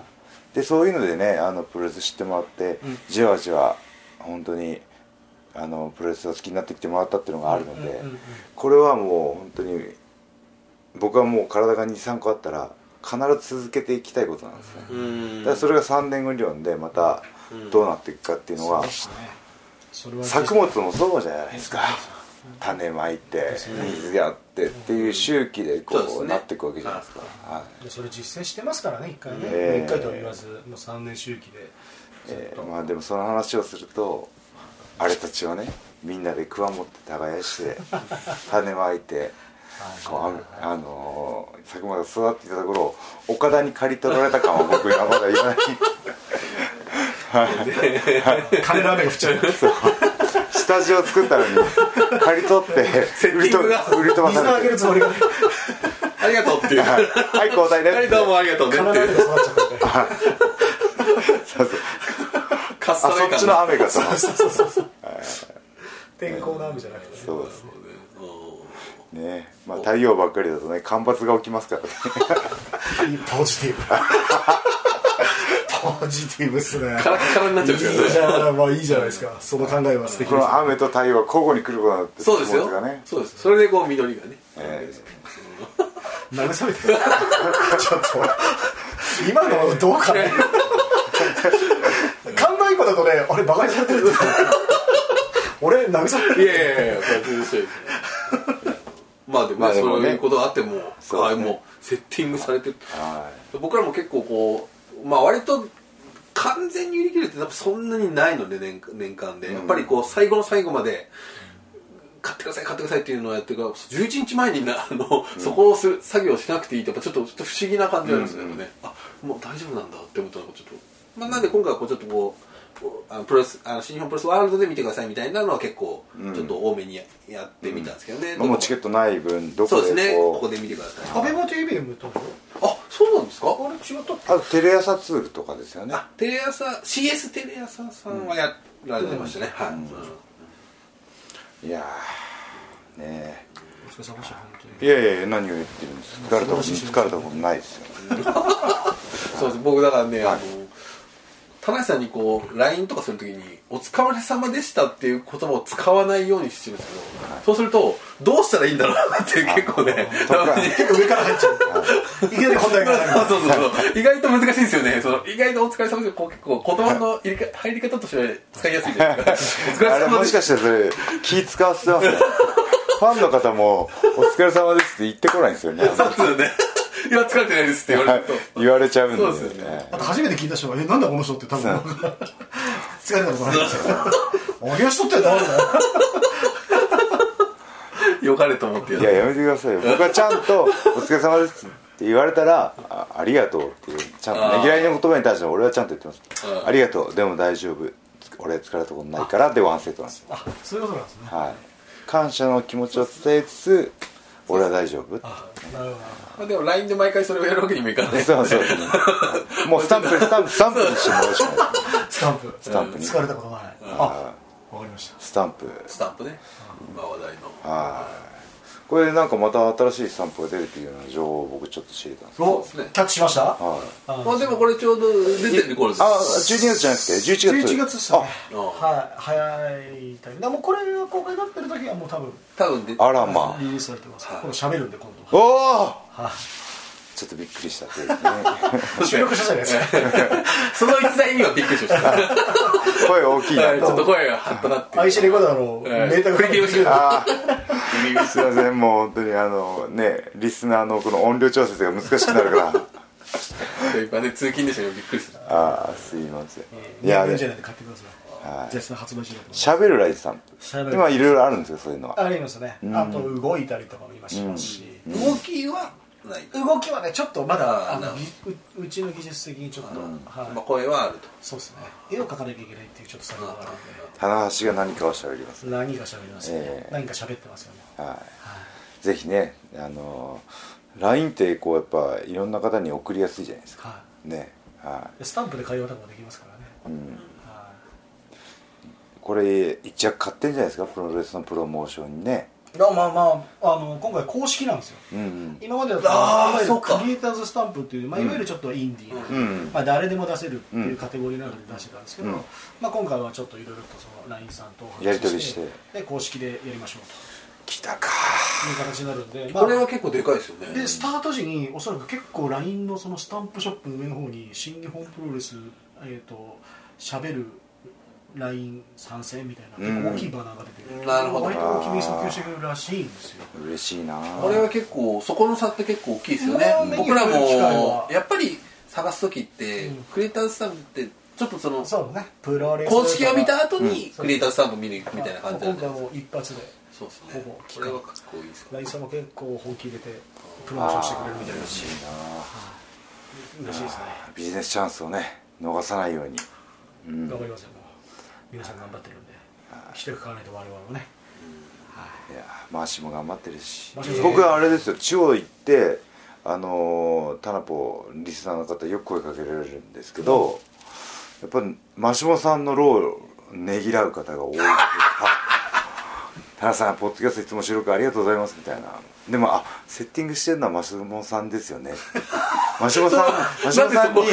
[SPEAKER 1] でそういうのでねあのプロレス知ってもらって、じわじわ本当にあのプロレスを好きになってきてもらったっていうのがあるので、これはもう本当に僕はもう体が23個あったら必ず続けていきたいことなんですね、
[SPEAKER 2] うん
[SPEAKER 1] だからそれが3年後に読んでまたどうなっていくかっていうのは、
[SPEAKER 3] それは
[SPEAKER 1] 作物もそうじゃないですか種まいて水やってっていう周期でこ
[SPEAKER 2] そうです
[SPEAKER 1] う
[SPEAKER 2] ね
[SPEAKER 1] なっていくわけじゃないですか、はい
[SPEAKER 3] それ実践してますからね一回ね
[SPEAKER 1] ええ
[SPEAKER 3] 一回とは言わずもう3年周期で
[SPEAKER 1] えーまあでもその話をするとあれたちはねみんなで桑持って耕して
[SPEAKER 2] [LAUGHS]
[SPEAKER 1] 種まいてこうああのー作物が育っていたところを岡田に刈り取られた感は僕はまだ言わない
[SPEAKER 2] [LAUGHS]
[SPEAKER 3] 金の雨が降っちゃう
[SPEAKER 1] 下地を作ったのに刈り取って売りと
[SPEAKER 2] セッティングが
[SPEAKER 1] 売り飛ば
[SPEAKER 3] [LAUGHS] 水を
[SPEAKER 1] さ
[SPEAKER 3] あ
[SPEAKER 1] れ
[SPEAKER 3] げ
[SPEAKER 1] て
[SPEAKER 3] るつもりがね
[SPEAKER 2] ありがとうっていう
[SPEAKER 1] はい
[SPEAKER 2] は
[SPEAKER 1] はい交代ね
[SPEAKER 2] いどうもありがとうねって
[SPEAKER 3] 金の雨が
[SPEAKER 2] いう
[SPEAKER 3] 育っちゃったみたいな
[SPEAKER 1] そうそう
[SPEAKER 2] かっ
[SPEAKER 1] あそっちの雨がそう
[SPEAKER 3] 天候の雨じゃなくてね
[SPEAKER 1] そうですね
[SPEAKER 2] うん
[SPEAKER 1] ねまあ太陽ばっかりだとね干ばつが起きます
[SPEAKER 2] [LAUGHS]
[SPEAKER 1] からね
[SPEAKER 3] ポジティブ [LAUGHS] ポジティブっすね
[SPEAKER 2] カ
[SPEAKER 3] [LAUGHS]
[SPEAKER 2] ラッカラになっちゃうんですけど
[SPEAKER 3] いい
[SPEAKER 2] ね
[SPEAKER 3] じゃんまあいいじゃないですかその考えは素敵
[SPEAKER 1] こ
[SPEAKER 3] です
[SPEAKER 1] の雨と太陽が交互に来ることになって
[SPEAKER 2] そうです
[SPEAKER 1] スポーツ
[SPEAKER 2] よ、
[SPEAKER 1] がね
[SPEAKER 2] そうですそれでこう緑がね、
[SPEAKER 1] ええ
[SPEAKER 3] 慰めて [LAUGHS] ちょっと今のどうか [LAUGHS] ね勘のいい子だとねあれバカにされてるって俺慰めて
[SPEAKER 2] い
[SPEAKER 3] る
[SPEAKER 2] やいやいやこれ全然そうですねまあでも,、
[SPEAKER 1] まあでも
[SPEAKER 2] そう
[SPEAKER 1] ね
[SPEAKER 2] いうことがあっても
[SPEAKER 1] そう
[SPEAKER 2] あ
[SPEAKER 1] で
[SPEAKER 2] あ
[SPEAKER 1] すね
[SPEAKER 2] もうセッティングされてる
[SPEAKER 1] は
[SPEAKER 2] 僕らも結構こうまあ割と完全に売り切れてやっぱそんなにないので年年間で、やっぱりこう最後の最後まで買ってください買ってくださいっていうのをやってるから11日前になあの、そこをする作業しなくていいとやっぱちょっとちょっと不思議な感じなんですけどね、あもう大丈夫なんだって思ったのがちょっと、まあ、なんで今回はこうちょっとこうこうあのプロレスあの新日本プロレスワールドで見てくださいみたいなのは結構ちょっと多めにや,、ってみたんですけどね、
[SPEAKER 1] いもうチケットない分ど
[SPEAKER 2] そう
[SPEAKER 1] こ
[SPEAKER 2] ですね
[SPEAKER 1] で
[SPEAKER 2] ここ
[SPEAKER 1] こう
[SPEAKER 2] で見てください
[SPEAKER 4] アベマ TV でもやったんでし
[SPEAKER 2] あそうなんですか
[SPEAKER 4] ょあれ違ったっけ
[SPEAKER 1] あとテレ朝ツールとかですよね
[SPEAKER 2] あテレ朝 CS テレ朝さんはやられてましたね、はい、うん
[SPEAKER 1] いやーね
[SPEAKER 4] お疲れ様でした本当に
[SPEAKER 1] えいやいやいや何を言ってるんですか疲れたこと疲れたことないですよ
[SPEAKER 2] そうです僕だからね、
[SPEAKER 1] はい
[SPEAKER 2] あの田中さんにこう LINE とかするときに「お疲れ様でした」っていう言葉を使わないようにしてるんですけど、そうするとどうしたらいいんだろうなって結構ねたまに
[SPEAKER 3] 結構上から入っ
[SPEAKER 2] [LAUGHS]
[SPEAKER 3] ちゃういきなり本題が入る
[SPEAKER 2] そうそうそうそう意外と難しいんですよねその意外と「お疲れ様です」こう結構言葉の入りか入り方としては使いやすいというか「
[SPEAKER 3] [LAUGHS]
[SPEAKER 2] お疲
[SPEAKER 1] あ
[SPEAKER 2] れ
[SPEAKER 1] れ
[SPEAKER 2] 様
[SPEAKER 1] も
[SPEAKER 2] で
[SPEAKER 1] し
[SPEAKER 2] した
[SPEAKER 1] か」してそれ気使わせてます
[SPEAKER 2] [LAUGHS]
[SPEAKER 1] ねファンの方も「お疲れ様です」って言ってこないんですよね
[SPEAKER 2] そうですよね「いや疲れてないです」って言われると、
[SPEAKER 1] 言われちゃうんで
[SPEAKER 2] そうですよね
[SPEAKER 3] あと初めて聞いた人は「えなんだこの人」って多分 [LAUGHS] 疲れたことない [LAUGHS] んですよあげる人って誰だよ
[SPEAKER 2] よかれと思ってや
[SPEAKER 1] いややめてくださいよ僕はちゃんと「お疲れ様です」って言われたら「あありがとう」っていうちゃんとねぎらいの言葉に対して俺はちゃんと言ってます
[SPEAKER 2] う
[SPEAKER 1] 「
[SPEAKER 2] ん
[SPEAKER 1] ありがとうでも大丈夫俺疲れたことないから」でワンセットなんですよ
[SPEAKER 3] あそういうことなんですね
[SPEAKER 1] はい感謝の気持ちを伝えつつ俺は大丈夫
[SPEAKER 3] なるほど
[SPEAKER 2] まあ、でも LINE で毎回それをやるわけにもいかない
[SPEAKER 1] そうそうそうもうスタンプスタンプスタンプにしてもらうしかない
[SPEAKER 3] スタンプス
[SPEAKER 1] タンプに
[SPEAKER 3] 疲れたことないあわかりました
[SPEAKER 1] スタンプ
[SPEAKER 2] スタンプね今話題の
[SPEAKER 1] はいこれでなんかまた新しいスタンプが出るっていうような情報を僕ちょっと知れたんです
[SPEAKER 3] お
[SPEAKER 2] そうですね
[SPEAKER 3] キャッチしました
[SPEAKER 1] はい
[SPEAKER 2] まあでもこれちょうど出てる頃です
[SPEAKER 1] あ12月じゃなくて11月
[SPEAKER 3] 11月ですね
[SPEAKER 2] あ
[SPEAKER 4] はい早いタイミングでもうこれが公開になってる時はもう多分
[SPEAKER 2] 多分で
[SPEAKER 1] あらまあ
[SPEAKER 4] リリースされてます今度喋るんで今
[SPEAKER 1] おおちょっとびっくりしたというね
[SPEAKER 3] 度収録したじゃな
[SPEAKER 4] [LAUGHS]
[SPEAKER 3] いですか
[SPEAKER 2] その一台にはびっくりしましたはい
[SPEAKER 1] 声大きい
[SPEAKER 2] ち
[SPEAKER 1] な
[SPEAKER 2] ょっと声がハッとなって、
[SPEAKER 3] IC レコーダーの
[SPEAKER 2] えー
[SPEAKER 3] メーター
[SPEAKER 2] 振り切りました
[SPEAKER 3] が
[SPEAKER 1] あーすいませんもう本当にあのねリスナーのこの音量調節が難しくなるから
[SPEAKER 2] いっぱいね通勤でしたけどびっくりした
[SPEAKER 1] ああすいませんい
[SPEAKER 3] いや
[SPEAKER 1] や
[SPEAKER 3] いじゃ
[SPEAKER 1] ね
[SPEAKER 3] ないで買ってくださ
[SPEAKER 1] はい
[SPEAKER 3] い絶賛発売中だと思います
[SPEAKER 1] 喋るライズさん
[SPEAKER 3] 喋る
[SPEAKER 1] 今いろいろあるんですよそういうのは
[SPEAKER 4] ありますねあと動いたりとかも今しますし
[SPEAKER 2] 動きはない、
[SPEAKER 4] 動きはねちょっとまだ
[SPEAKER 2] あー
[SPEAKER 4] あ
[SPEAKER 2] な
[SPEAKER 4] の
[SPEAKER 2] るほ
[SPEAKER 4] ぎううちの技術的にちょっとはい
[SPEAKER 2] まあ、声はあると
[SPEAKER 4] そうですね絵を描かなきゃいけないっていうちょっと作業があるん
[SPEAKER 1] 棚橋が何かを喋ります
[SPEAKER 4] で何が喋ります
[SPEAKER 1] え
[SPEAKER 4] ね
[SPEAKER 1] え
[SPEAKER 4] 何か喋ってますよね
[SPEAKER 1] はいぜひねあの LINE ってこうやっぱいろんな方に送りやすいじゃないですか
[SPEAKER 4] は
[SPEAKER 1] ねはい
[SPEAKER 4] でスタンプで会話とかもできますからねはい
[SPEAKER 1] これ一着買ってんじゃないですかプロレスのプロモーションにね
[SPEAKER 4] いいやまあまああの今回公式なんですよ
[SPEAKER 1] うんうん
[SPEAKER 4] 今までだと
[SPEAKER 2] あー
[SPEAKER 4] いわゆ
[SPEAKER 2] そ
[SPEAKER 4] る
[SPEAKER 2] うか
[SPEAKER 4] クリエイターズスタンプっていう、まあ、いわゆるちょっとインディーな、
[SPEAKER 1] うん
[SPEAKER 4] まあ、誰でも出せるって
[SPEAKER 1] う
[SPEAKER 4] い
[SPEAKER 1] ん
[SPEAKER 4] うカテゴリーなので出してたんですけど、
[SPEAKER 1] うん
[SPEAKER 4] まあ、今回はちょっといろいろとその LINE さんとお話し
[SPEAKER 1] やり取りして
[SPEAKER 4] で公式でやりましょうと
[SPEAKER 1] 来たか
[SPEAKER 4] いう形になるんで、まあ
[SPEAKER 2] これは結構でかいですよね
[SPEAKER 4] でスタート時におそらく結構 LINE のそのスタンプショップの上の方に新日本プロレス、えー、としゃべる LINE 参戦みたいな結構大きいバナーが出てる、
[SPEAKER 2] うんなるほど
[SPEAKER 4] 割と大きめに訴求してくれるらしいんですよ
[SPEAKER 1] 嬉しいな
[SPEAKER 2] これは結構そこの差って結構大きいですよね
[SPEAKER 4] うん
[SPEAKER 2] 僕ら
[SPEAKER 4] 目に触れる機会
[SPEAKER 2] も
[SPEAKER 4] は
[SPEAKER 2] やっぱり探す時って、
[SPEAKER 4] うん
[SPEAKER 2] クリエイターズスタンプってちょっとその
[SPEAKER 4] そうねプロレス
[SPEAKER 2] 公式を見た後にクリエイターズスタンプ見るみたいな感じなん
[SPEAKER 4] 今
[SPEAKER 2] で
[SPEAKER 4] 回もう一発で
[SPEAKER 2] そうですね
[SPEAKER 4] ほぼ
[SPEAKER 2] これはかっこいいですよ
[SPEAKER 4] ライさんも結構本気入れてプロモーショ
[SPEAKER 1] あ
[SPEAKER 4] ンしてくれるみたい
[SPEAKER 1] ー
[SPEAKER 4] な
[SPEAKER 1] 嬉しいな
[SPEAKER 4] 嬉しいですね
[SPEAKER 1] ビジネスチャンスをね逃さないように
[SPEAKER 4] わかりますよもう皆さん頑張ってるんで一役買わないと我々もね
[SPEAKER 1] いやマーシーも頑張ってるし
[SPEAKER 4] マーシーも
[SPEAKER 1] 僕はあれですよ地方行ってあのータナポリスナーの方よく声かけられるんですけど、やっぱマシモさんの労をねぎらう方が多い「田中さんポッドキャストいつも収録ありがとうございます」みたいなでも「あセッティングしてるのはマシュモさんですよ [LAUGHS] ね」マシュモさんマシュモさんにマシ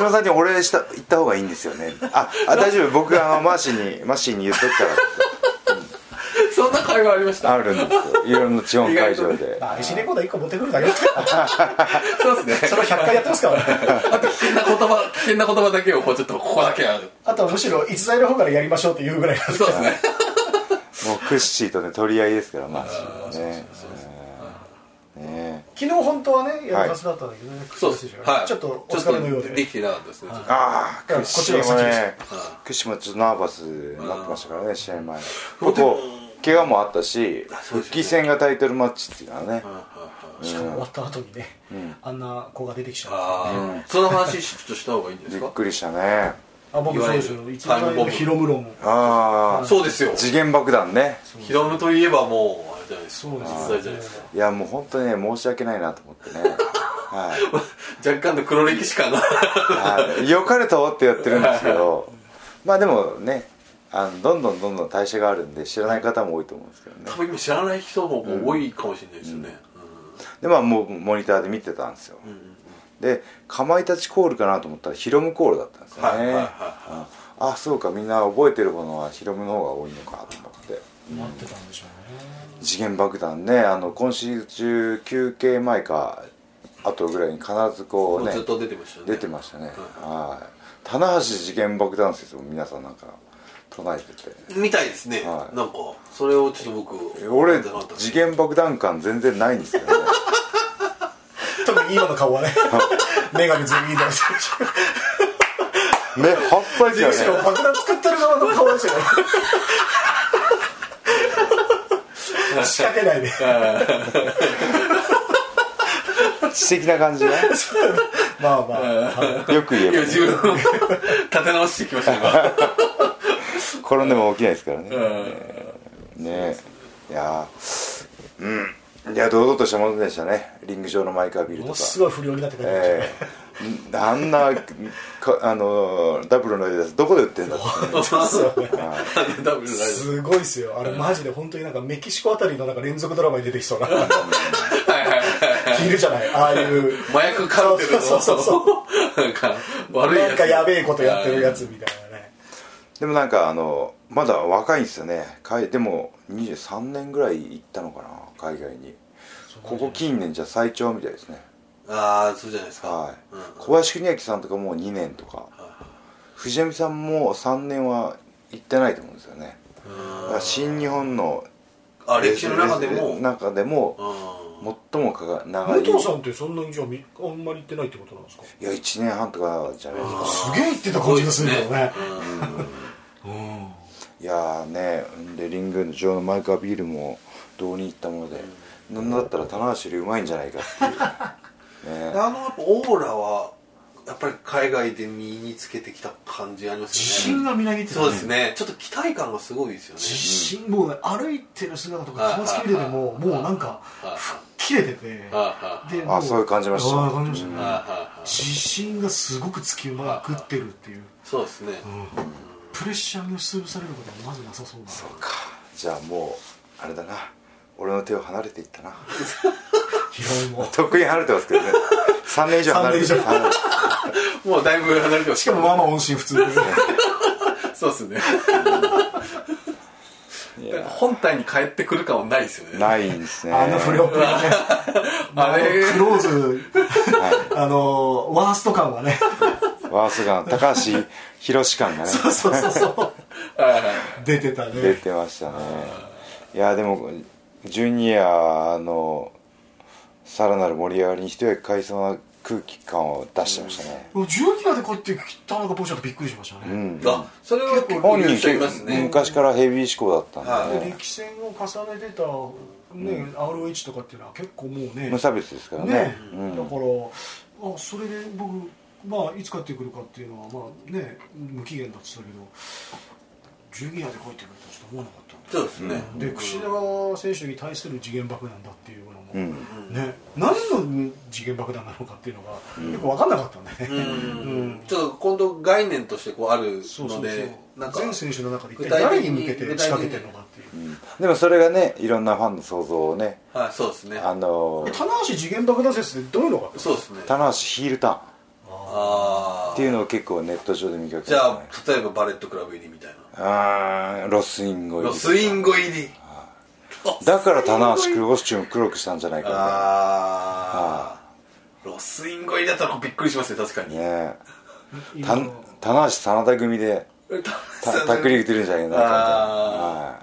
[SPEAKER 1] ュモさんにお礼した言った方がいいんですよねああ大丈夫僕あのマーシーにマーシーに言っとくから
[SPEAKER 2] そんな会話ありました
[SPEAKER 1] あるんですよいろんな地方会場で
[SPEAKER 3] まあ IC レコーダー1個持ってくるだけですから
[SPEAKER 2] そ
[SPEAKER 1] [LAUGHS]
[SPEAKER 2] うですね
[SPEAKER 3] それを100回やってますからね
[SPEAKER 2] あと危険な言葉危険な言葉だけをこうちょっとここだけある
[SPEAKER 3] あとはむしろ逸材の方からやりましょうっていうぐらいなんです
[SPEAKER 2] そうですね
[SPEAKER 1] もうクッシーとね取り合いですからマーシーはねうんね
[SPEAKER 3] 昨日本当はねやるはずだったんだけどね、
[SPEAKER 2] そうです
[SPEAKER 3] はい、ちょっとお疲れのようで
[SPEAKER 2] できてなかったですね
[SPEAKER 1] ああクッ
[SPEAKER 3] だからこっ
[SPEAKER 1] シ
[SPEAKER 3] ちの
[SPEAKER 1] ー
[SPEAKER 3] 方が
[SPEAKER 1] も
[SPEAKER 3] 先でした
[SPEAKER 1] ねクッシーもちょっとナーバスになってましたからね試合前
[SPEAKER 2] う
[SPEAKER 1] こ
[SPEAKER 2] ん
[SPEAKER 1] こ怪我もあったし
[SPEAKER 2] そうですよね
[SPEAKER 1] 復帰戦がタイトルマッチっていうのはね
[SPEAKER 3] しかも終わった後にね、あんな子が出てきちゃう
[SPEAKER 2] ああその話ちょっとした方がいいんじゃな
[SPEAKER 1] び
[SPEAKER 2] い
[SPEAKER 1] っ
[SPEAKER 2] ですか
[SPEAKER 1] くりしたね
[SPEAKER 3] あ僕
[SPEAKER 2] い
[SPEAKER 3] そう
[SPEAKER 2] わゆ
[SPEAKER 3] で
[SPEAKER 2] る
[SPEAKER 3] すよ逸材のヒロムロも
[SPEAKER 1] ああ
[SPEAKER 2] そうですよ
[SPEAKER 1] 次元爆弾ね
[SPEAKER 2] ヒロムといえばもうあれじゃないですか
[SPEAKER 3] そうですね
[SPEAKER 2] 実在じゃないですか [LAUGHS]
[SPEAKER 1] いやもう本当にね申し訳ないなと思ってねは
[SPEAKER 2] 若干の黒歴史感が
[SPEAKER 1] い、はい、よかれと思ってやってるんですけどまあでもねあのどんどんどんどん代謝があるんで知らない方も多いと思うんですけどね
[SPEAKER 2] 多分今知らない人も多いかもしれないですよね
[SPEAKER 1] でまあもうモニターで見てたんですよ、でかまいたちコールかなと思ったらヒロムコールだったんですよね、
[SPEAKER 2] はいはいはい
[SPEAKER 1] うんあそうかみんな覚えてるものはヒロムの方が多いのかと思って
[SPEAKER 3] 待ってたんでしょ
[SPEAKER 1] 次元爆弾ねあの今週中休憩前かあとぐらいに必ずこ
[SPEAKER 2] うん
[SPEAKER 1] う
[SPEAKER 2] もう
[SPEAKER 1] ね
[SPEAKER 2] ずっと出てましたよね
[SPEAKER 1] 出てましたね、はい棚橋次元爆弾説も皆さんなんか唱えてて
[SPEAKER 2] みたいですね
[SPEAKER 1] はい
[SPEAKER 2] なんかそれをちょっと僕
[SPEAKER 1] 俺
[SPEAKER 2] 分かんなかった
[SPEAKER 1] 次元爆弾感全然ないんですよね
[SPEAKER 2] [LAUGHS]
[SPEAKER 3] 特に今の顔はね目がずみに出してるし
[SPEAKER 1] 目8歳児
[SPEAKER 3] むしろ
[SPEAKER 1] よね
[SPEAKER 3] 爆弾作ってる側の顔ですよね仕掛けないで
[SPEAKER 1] 知的な感
[SPEAKER 2] [LAUGHS]
[SPEAKER 1] じね
[SPEAKER 3] まあまあ、はい
[SPEAKER 1] よく言え
[SPEAKER 2] いや
[SPEAKER 1] ば、
[SPEAKER 2] 自分を立て直してきました今
[SPEAKER 1] 転んでも起きないですからね、ねえいやーうんいや堂々としたものでしたねリング上のマイカービル
[SPEAKER 3] も
[SPEAKER 1] と
[SPEAKER 3] の
[SPEAKER 1] か
[SPEAKER 3] すごい不良になってくる、
[SPEAKER 1] ええあんなかあのダブルのやつどこで売って
[SPEAKER 2] [LAUGHS]
[SPEAKER 1] んだって
[SPEAKER 3] そうっすよね
[SPEAKER 2] ダブルライダー
[SPEAKER 3] すごいですよあれマジで本当になんかメキシコあたりのなんか連続ドラマに出てきそうないるじゃないああいう
[SPEAKER 2] 麻薬カルテルの
[SPEAKER 3] そうそうそうそ
[SPEAKER 2] なんか悪いやつ
[SPEAKER 3] なんかやべえことやってるやつみたいなね
[SPEAKER 1] でもなんかあのまだ若いんですよね海でも23年ぐらい行ったのかな海外にここ近年じゃ最長みたいですね
[SPEAKER 2] ああそうじゃないですか
[SPEAKER 1] はい、
[SPEAKER 2] うん
[SPEAKER 1] 小林邦明さんとかもう2年とか、藤波さんも3年は行ってないと思うんですよねだから新日本の
[SPEAKER 2] あ歴史の中で
[SPEAKER 1] レ
[SPEAKER 2] も
[SPEAKER 1] ス中でも
[SPEAKER 2] う
[SPEAKER 1] 最もかが長い
[SPEAKER 3] 武藤さんってそんなにじゃあみあんまり行ってないってことなんですか
[SPEAKER 1] いや1年半とかじゃないですか
[SPEAKER 3] すげえ行ってた感じがするんだよね
[SPEAKER 1] いやーねでリング上のマイカービールもどうに行ったもので、なんだったら棚橋よりうまいんじゃないかっていうね
[SPEAKER 2] んあのやっぱオーラはやっぱり海外で身につけてきた感じありますよね
[SPEAKER 3] 自信がみなぎってたね
[SPEAKER 2] そうですねちょっと期待感がすごいですよね
[SPEAKER 3] 自信もうね歩いてる姿とか気持ち切れててももうなんか吹っ切れてて
[SPEAKER 2] はい
[SPEAKER 3] で
[SPEAKER 1] あそういう感じました
[SPEAKER 3] ああ感じましたね
[SPEAKER 2] はいはいはい
[SPEAKER 3] 自信がすごくつきまくってるっていう
[SPEAKER 2] そうですね
[SPEAKER 3] プレッシャーに押しつぶされることはまずなさそうだ [LAUGHS]
[SPEAKER 1] そうかじゃあもうあれだな俺の手を離れていったな [LAUGHS]
[SPEAKER 3] 広いも
[SPEAKER 1] とっくに離れてますけどね3年以上離れて
[SPEAKER 3] 三年以上
[SPEAKER 1] はい
[SPEAKER 2] もうだいぶ離れてま
[SPEAKER 3] し
[SPEAKER 2] す
[SPEAKER 3] かもまあまあ音信不通ですね
[SPEAKER 2] そうですねなんか [LAUGHS] 本体に帰ってくる感はないですよね
[SPEAKER 1] ないんですね
[SPEAKER 3] [LAUGHS] あの不良っぷりね
[SPEAKER 2] あ
[SPEAKER 3] [LAUGHS] あの
[SPEAKER 2] れ
[SPEAKER 3] クローズあのワースト感はね [LAUGHS]
[SPEAKER 1] ワースガン高橋宏感がね
[SPEAKER 3] そうそうそうそう
[SPEAKER 2] はいはい
[SPEAKER 3] 出てたね
[SPEAKER 1] 出てましたねいやでもジュニアのさらなる盛り上がりに一役買いそうな空気感を出してましたね、
[SPEAKER 3] もうジュニアでこうやって来たのが僕ちょっとびっくりしました
[SPEAKER 1] う
[SPEAKER 3] ね、
[SPEAKER 1] ん、
[SPEAKER 2] あそれは結構
[SPEAKER 1] 本
[SPEAKER 2] いる
[SPEAKER 1] 人
[SPEAKER 2] 人いますね
[SPEAKER 1] 昔からヘビー志向だったんで、ね
[SPEAKER 3] 力戦を重ねてた、ね ROH とかっていうのは結構もうね
[SPEAKER 1] 無差別ですからね
[SPEAKER 3] ね、
[SPEAKER 1] うん
[SPEAKER 3] だからあそれで僕、まあ、いつ帰ってくるかっていうのは、まあね、無期限だって言ってたけど
[SPEAKER 4] ジュニアで書いてくれた人思わなかったんだ
[SPEAKER 2] そうですね、
[SPEAKER 4] で櫛田選手に対する次元爆弾だっていうのも、
[SPEAKER 1] うん
[SPEAKER 4] ね、何の次元爆弾なのかっていうのが結構分かんなかったんだよね、
[SPEAKER 2] うんちょっと今度概念としてこうあるので
[SPEAKER 4] そうそうそう
[SPEAKER 2] なんか
[SPEAKER 4] 全選手の中で一体誰に向けて仕掛けてるのかっていう
[SPEAKER 1] でもそれがねいろんなファンの想像をね
[SPEAKER 2] はいそうですね
[SPEAKER 1] あのー
[SPEAKER 4] 棚橋次元爆弾説ってどういうのか
[SPEAKER 2] そうですね
[SPEAKER 1] 棚橋ヒールターン
[SPEAKER 2] ああ
[SPEAKER 1] っていうのを結構ネット上で見かけ
[SPEAKER 2] じゃあ
[SPEAKER 1] た
[SPEAKER 2] 例えばバレットクラブ入りみたいな
[SPEAKER 1] あーロスインゴ入
[SPEAKER 2] ロ
[SPEAKER 1] り
[SPEAKER 2] スインゴ入り
[SPEAKER 1] だから棚橋コスチューム黒くしたんじゃないか
[SPEAKER 2] ああロスインゴ入りだったらこうびっくりしますね確か
[SPEAKER 1] み
[SPEAKER 2] に
[SPEAKER 1] たいなねえ
[SPEAKER 4] 今
[SPEAKER 1] た
[SPEAKER 4] の
[SPEAKER 1] 棚橋真田組でたタックリーグ出るんじゃないかなみたいな
[SPEAKER 2] あ
[SPEAKER 1] は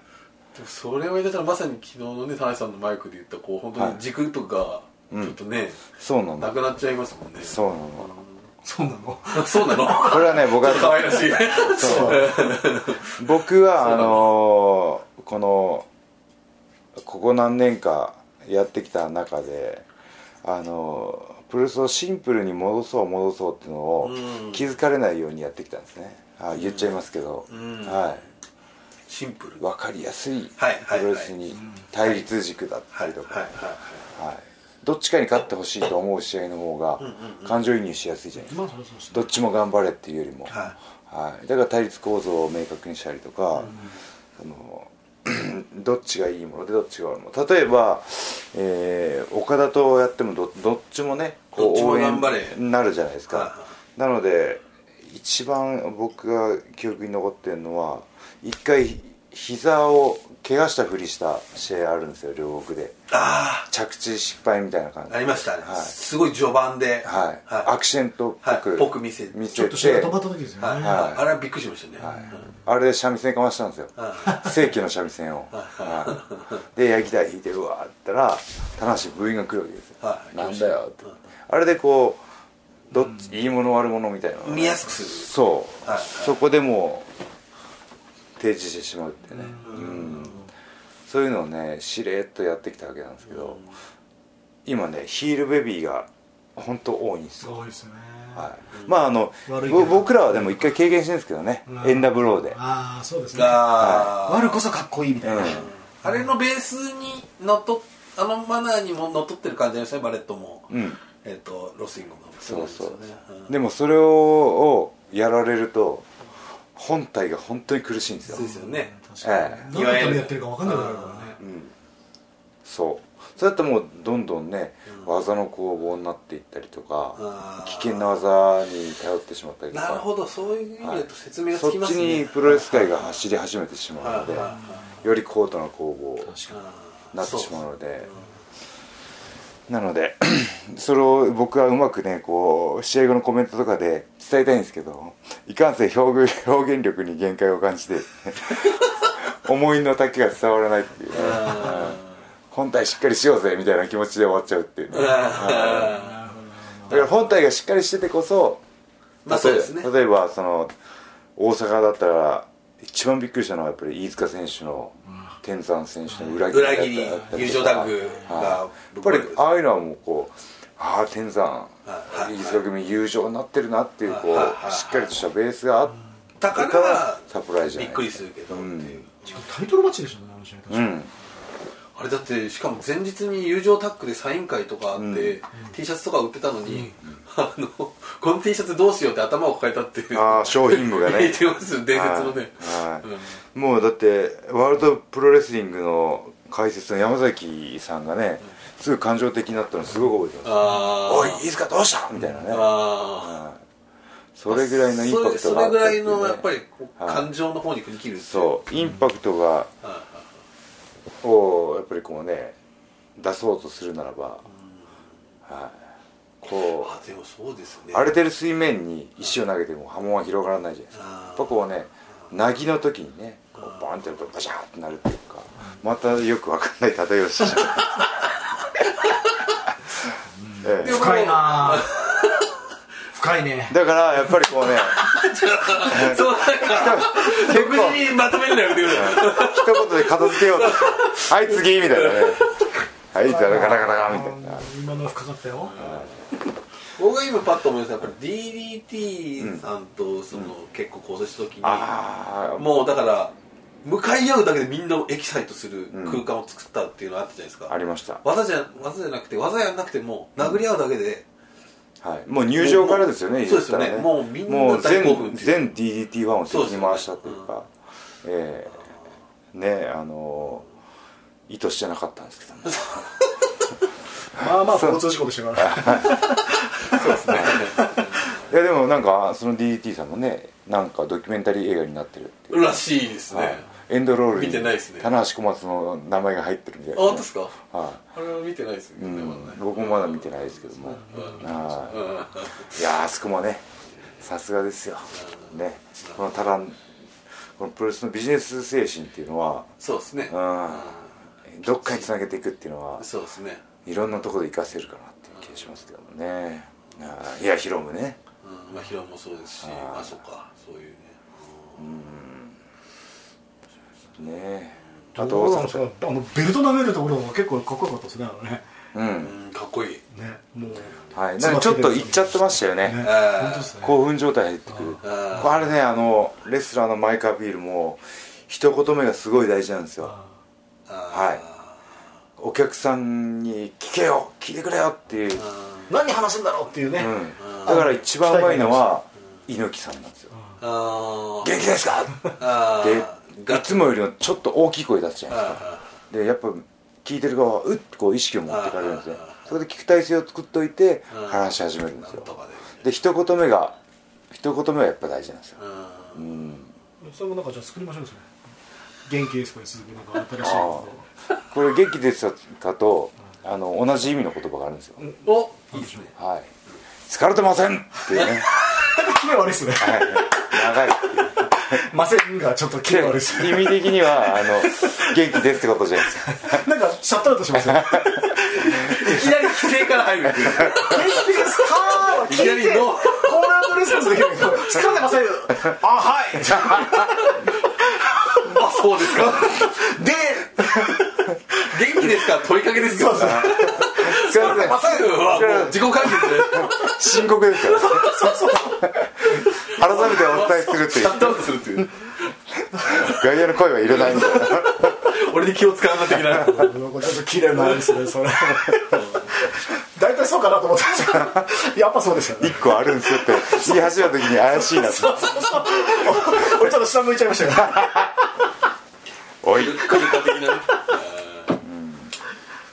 [SPEAKER 2] でもそれを言ったらまさに昨日のね田橋さんのマイクで言ったこう本当に軸とかちょっと
[SPEAKER 1] い
[SPEAKER 2] ね、
[SPEAKER 1] そうなん
[SPEAKER 2] な
[SPEAKER 1] だ
[SPEAKER 2] くなっちゃいますもんね
[SPEAKER 1] そうなの
[SPEAKER 4] そうなの
[SPEAKER 2] そうなの
[SPEAKER 1] これはね僕
[SPEAKER 2] 可 [LAUGHS]
[SPEAKER 1] は
[SPEAKER 2] 愛らしい
[SPEAKER 1] 僕はあのーこのここ何年かやってきた中であのープロレスをシンプルに戻そう戻そうっていうのを
[SPEAKER 2] うん
[SPEAKER 1] 気づかれないようにやってきたんですねあ言っちゃいますけど、
[SPEAKER 2] うん
[SPEAKER 1] はい
[SPEAKER 2] シンプル
[SPEAKER 1] 分かりやすい
[SPEAKER 2] はいはいはい
[SPEAKER 1] プロレスに対立軸だったりとか、
[SPEAKER 2] はいはいはい
[SPEAKER 1] はいどっちかに勝ってほしいと思う試合の方が感情移入しやすいじゃないですか、
[SPEAKER 4] まあそれはそうですね
[SPEAKER 1] どっちも頑張れっていうよりも、
[SPEAKER 2] は
[SPEAKER 1] はいだから対立構造を明確にしたりとか、その [CLEARS THROAT] どっちがいいものでどっちが悪いもの例えば、えー岡田とやってもどどっちもね
[SPEAKER 2] どっちも
[SPEAKER 1] 応援
[SPEAKER 2] 頑張れ
[SPEAKER 1] になるじゃないですか、
[SPEAKER 2] はいは
[SPEAKER 1] なので一番僕が記憶に残ってるのは一回膝を怪我したふりした試合あるんですよ両国で
[SPEAKER 2] あ
[SPEAKER 1] 着地失敗みたいな感じ
[SPEAKER 2] あありましたね、
[SPEAKER 1] はい
[SPEAKER 2] すごい序盤では
[SPEAKER 1] はい、アクシデントっぽく、
[SPEAKER 2] はいぽく見せ
[SPEAKER 1] 見
[SPEAKER 4] ちょ
[SPEAKER 1] せ
[SPEAKER 4] っと試合
[SPEAKER 1] て
[SPEAKER 4] が止まった時ですよね、
[SPEAKER 2] はい
[SPEAKER 1] はい
[SPEAKER 2] あれはびっくりしましたね、
[SPEAKER 1] あれで三味線かましたんですよ
[SPEAKER 2] は
[SPEAKER 1] 正規の三味線を、はい、で焼き台引いてうわーって言ったら棚橋部員が来るわけですよ、
[SPEAKER 2] はい
[SPEAKER 1] なんだよって、
[SPEAKER 2] うん
[SPEAKER 1] あれでこうどっち、いいもの悪者みたいなのが
[SPEAKER 2] 見やすくす
[SPEAKER 1] そう、
[SPEAKER 2] はいはい
[SPEAKER 1] そこでもう提示してしまうってねうんそういうのをねしれっとやってきたわけなんですけど、今ねヒールベビーが本当多いんです
[SPEAKER 4] す
[SPEAKER 1] よ
[SPEAKER 4] ごいですね、
[SPEAKER 1] はい、まああの
[SPEAKER 4] 悪いけど
[SPEAKER 1] ぼ僕らはでも一回経験してるんですけどね、
[SPEAKER 4] うん
[SPEAKER 1] エンダブローで、
[SPEAKER 4] ああそうです
[SPEAKER 2] る
[SPEAKER 4] ね
[SPEAKER 2] ああ
[SPEAKER 4] 悪こそかっこいいみたいな、
[SPEAKER 2] あれのベースにのっとあのマナーにものっとってる感じですねバレットも、
[SPEAKER 1] うんうん、
[SPEAKER 2] えっ、とロスインゴも
[SPEAKER 1] そうそう
[SPEAKER 2] なんですよね、うん
[SPEAKER 1] でもそれををやられると本体が本当に苦しいんですよ
[SPEAKER 2] そうですよね
[SPEAKER 4] 確かに、
[SPEAKER 2] ええ
[SPEAKER 4] 何のためにやってるか分かんなくなるからね、
[SPEAKER 1] そうそれだともうどんどんね、技の攻防になっていったりと
[SPEAKER 2] あ
[SPEAKER 1] か
[SPEAKER 2] ー
[SPEAKER 1] 危険な技に頼ってしまったりと
[SPEAKER 2] な
[SPEAKER 1] か
[SPEAKER 2] るほどそういう意味だと説明が
[SPEAKER 1] そ
[SPEAKER 2] つ
[SPEAKER 1] っち
[SPEAKER 2] きますね、
[SPEAKER 1] にプロレス界が走り始めてしまうの
[SPEAKER 2] はいはいは
[SPEAKER 1] でより高度な攻防
[SPEAKER 4] 確かに
[SPEAKER 1] なってしまうのでなので [CLEARS THROAT] それを僕はうまくねこう試合後のコメントとかで伝えたいんですけどいかんせん表現 [LAUGHS] 表現力に限界を感じて [LAUGHS] 思いの丈が伝わらないっていうね本体しっかりしようぜみたいな気持ちで終わっちゃうっていうねだ
[SPEAKER 2] あ
[SPEAKER 1] から本体がしっかりしててこそ
[SPEAKER 2] まあそうですね
[SPEAKER 1] 例え例えばその大阪だったら一番びっくりしたのはやっぱり飯塚選手の天山選手の裏
[SPEAKER 2] ー
[SPEAKER 1] 切りだ
[SPEAKER 2] 裏
[SPEAKER 1] った
[SPEAKER 2] 切
[SPEAKER 1] り
[SPEAKER 2] り
[SPEAKER 1] とか
[SPEAKER 2] 友情タッグが
[SPEAKER 1] やっぱり
[SPEAKER 2] ぶっ
[SPEAKER 1] ああいうのはもうこうああ天山
[SPEAKER 2] はいはい
[SPEAKER 1] 飯塚組友情になってるなっていうこ
[SPEAKER 2] はいはいは
[SPEAKER 1] う
[SPEAKER 2] い
[SPEAKER 1] しっかりとしたベースがあった
[SPEAKER 2] だ
[SPEAKER 1] か
[SPEAKER 2] から
[SPEAKER 1] らサプライズじゃ
[SPEAKER 2] び
[SPEAKER 1] な
[SPEAKER 2] っ
[SPEAKER 1] い
[SPEAKER 2] くりするけどっていう、
[SPEAKER 4] しかもタイトルマッチでしたねあの試合確か
[SPEAKER 1] う
[SPEAKER 4] に、
[SPEAKER 1] ん
[SPEAKER 2] あれだってしかも前日に友情タッグでサイン会とかあって、T シャツとか売ってたのに、あのこの T シャツどうしようって頭を抱えたっていう
[SPEAKER 1] ああ商品部がね
[SPEAKER 2] 言ってます [LAUGHS] 伝説のね
[SPEAKER 1] はいはい
[SPEAKER 2] うん
[SPEAKER 1] もうだってワールドプロレスリングの解説の山崎さんがねすぐ感情的になったのすごく覚えてます「
[SPEAKER 2] あー
[SPEAKER 1] おい飯塚どうした?」みたいなね
[SPEAKER 2] あ
[SPEAKER 1] それぐらいのインパクトがあった
[SPEAKER 2] それぐ
[SPEAKER 1] っ
[SPEAKER 2] ら
[SPEAKER 1] てい
[SPEAKER 2] いうのやっ
[SPEAKER 1] ね
[SPEAKER 2] ぱり感情の方に振り切る
[SPEAKER 1] そうインパクトが
[SPEAKER 2] うはい
[SPEAKER 1] をやっぱりこうね出そうとするならば、はい、こ
[SPEAKER 2] あでもそうです
[SPEAKER 1] う
[SPEAKER 2] ね
[SPEAKER 1] 荒れてる水面に石を投げても波紋は広がらないじゃないですか
[SPEAKER 2] あー
[SPEAKER 1] やっぱこうねなぎの時にねこうバンってやるとバシャーってなるっていうかまたよくわかん [LAUGHS] ない例えをしちゃう、え
[SPEAKER 2] でも
[SPEAKER 1] え
[SPEAKER 4] 深いな [LAUGHS] あ深いね
[SPEAKER 1] だからやっぱりこうね
[SPEAKER 2] [LAUGHS] そうなんか
[SPEAKER 1] 結
[SPEAKER 2] 独
[SPEAKER 1] 構
[SPEAKER 2] 自にまとめるのやめてください
[SPEAKER 1] 一言で片付けようとして「はい次」みたいなね「はいガラガラガラ」みたいな
[SPEAKER 4] あー今のは深かったよ、
[SPEAKER 2] 僕が今パッと思い出したのはやっぱり DDT さんとその結構交際した時に
[SPEAKER 1] ああ
[SPEAKER 2] もうだから向かい合うだけでみんなをエキサイトする空間を作ったっていうのがあったじゃないですか、
[SPEAKER 1] ありました
[SPEAKER 2] 技じゃ技じゃなくて技やんなくても殴り合うだけで、
[SPEAKER 1] はい、もう入場からですよね、
[SPEAKER 2] も
[SPEAKER 1] 言ったら
[SPEAKER 2] うもうそうですよねもうみんな
[SPEAKER 1] もう全
[SPEAKER 2] 大興奮ですよ
[SPEAKER 1] 全 DDT ファンを敵に回したというか、ええねあのー意図してなかったんですけども、
[SPEAKER 3] まあまあ交通事故でしたから
[SPEAKER 2] そうですね
[SPEAKER 1] いやでもなんか、その DDT さんもね、なんかドキュメンタリー映画になってるっていう、
[SPEAKER 2] [LAUGHS] らしいですね、
[SPEAKER 1] はいエンドロールに
[SPEAKER 2] 見てないですね
[SPEAKER 1] 棚橋小松の名前が入ってるみたい
[SPEAKER 2] あ
[SPEAKER 1] な、
[SPEAKER 2] 本当ですか
[SPEAKER 1] は
[SPEAKER 2] あれは見てないですけ
[SPEAKER 1] い、う
[SPEAKER 2] どね、まだ
[SPEAKER 1] ん、
[SPEAKER 2] ね
[SPEAKER 1] 僕もまだ見てないですけども、は
[SPEAKER 2] うんう
[SPEAKER 1] い、
[SPEAKER 2] ん
[SPEAKER 1] いやーあそこもね、さすがですよ、ね、このタランこのプロレスのビジネス精神っていうのは、
[SPEAKER 2] そうですね、
[SPEAKER 1] うん、どっかにつなげていくっていうのは
[SPEAKER 2] そうですね
[SPEAKER 1] いろんなところで活かせるかなっていう気がしますけどもねあーいやヒロムね
[SPEAKER 2] うんまあ平尾もそうですし
[SPEAKER 1] あー
[SPEAKER 2] あそうかそういうね
[SPEAKER 1] ね [LAUGHS] あ
[SPEAKER 4] あ
[SPEAKER 1] と
[SPEAKER 4] と
[SPEAKER 1] 大阪
[SPEAKER 4] あのベルト投げるところが結構かっこよかったですねあのね
[SPEAKER 1] うん
[SPEAKER 2] うんかっこいい
[SPEAKER 4] ねもう
[SPEAKER 1] はいなんかちょっといっちゃってましたよ
[SPEAKER 4] ね
[SPEAKER 1] ね
[SPEAKER 4] 本当ですね
[SPEAKER 1] 興奮状態入ってくる
[SPEAKER 2] あー
[SPEAKER 1] あれねあのレスラーのマイクアピールも一言目がすごい大事なんですよ
[SPEAKER 2] あ
[SPEAKER 1] お客さんに聞けよ聞いてくれよっていう、うん、
[SPEAKER 2] ーあ
[SPEAKER 3] 何話すんだろうっていうね、
[SPEAKER 1] だから一番うまいのは猪木さんなんですよ
[SPEAKER 2] ーあー
[SPEAKER 1] 元気ですか
[SPEAKER 2] あ
[SPEAKER 1] で
[SPEAKER 2] ーガ
[SPEAKER 1] い
[SPEAKER 2] ッツ
[SPEAKER 1] つもよりもちょっと大きい声出すじゃないですか
[SPEAKER 2] あ
[SPEAKER 1] でやっぱ聞いてる側はうっとこう意識を持ってかれるんですね
[SPEAKER 2] あああ
[SPEAKER 1] そこで聞く体制を作っといて
[SPEAKER 2] うん
[SPEAKER 1] 話し始めるんです
[SPEAKER 2] ーな
[SPEAKER 1] よ
[SPEAKER 2] んとか
[SPEAKER 1] で
[SPEAKER 2] で
[SPEAKER 1] 一言目が一言目はやっぱ大事なんですよ
[SPEAKER 2] う
[SPEAKER 1] うんん
[SPEAKER 4] それもなんかじゃあ作りましょうそれ元気ですこれ続くなんか新しい
[SPEAKER 1] あ
[SPEAKER 4] こ
[SPEAKER 1] あこれ「劇ですかとあの同じ意味の言葉があるんですよ
[SPEAKER 2] おいいですね
[SPEAKER 1] はい疲れてませんっていうね
[SPEAKER 4] とキレ悪いっすね
[SPEAKER 1] はい長いっていう
[SPEAKER 3] マセンがちょっとキレ悪いです
[SPEAKER 1] 意味的にはあの元気ですってことじゃないですか
[SPEAKER 3] なんかシャットアウトし
[SPEAKER 1] [LAUGHS]
[SPEAKER 3] ますよ
[SPEAKER 2] いきなり規制から入るっていう
[SPEAKER 3] 元気ですかー
[SPEAKER 2] いきなりの
[SPEAKER 3] コーナードレス [LAUGHS] ですけど疲れてませんよあはい [LAUGHS]
[SPEAKER 2] あそうですか
[SPEAKER 3] で
[SPEAKER 2] 元気ですか問いかけですか
[SPEAKER 1] 疲れてま
[SPEAKER 2] ま
[SPEAKER 1] せん
[SPEAKER 2] さくはもう自己完結で
[SPEAKER 1] 深刻ですからね改めてお伝えするって
[SPEAKER 2] シ
[SPEAKER 1] い
[SPEAKER 2] ャ
[SPEAKER 1] う
[SPEAKER 2] ットアウトするっていう
[SPEAKER 1] 外野の声はいらないみたいな
[SPEAKER 2] 俺に気を使わな的な
[SPEAKER 3] なんかちょっとキレないですねそれ大体そうかなと思ったんですけどやっぱそうでしたね
[SPEAKER 1] 一個あるんですよって言い始めた時に怪しいなと
[SPEAKER 3] 俺ちょっと下向いちゃいましたよ
[SPEAKER 1] おい
[SPEAKER 2] カルタ的なね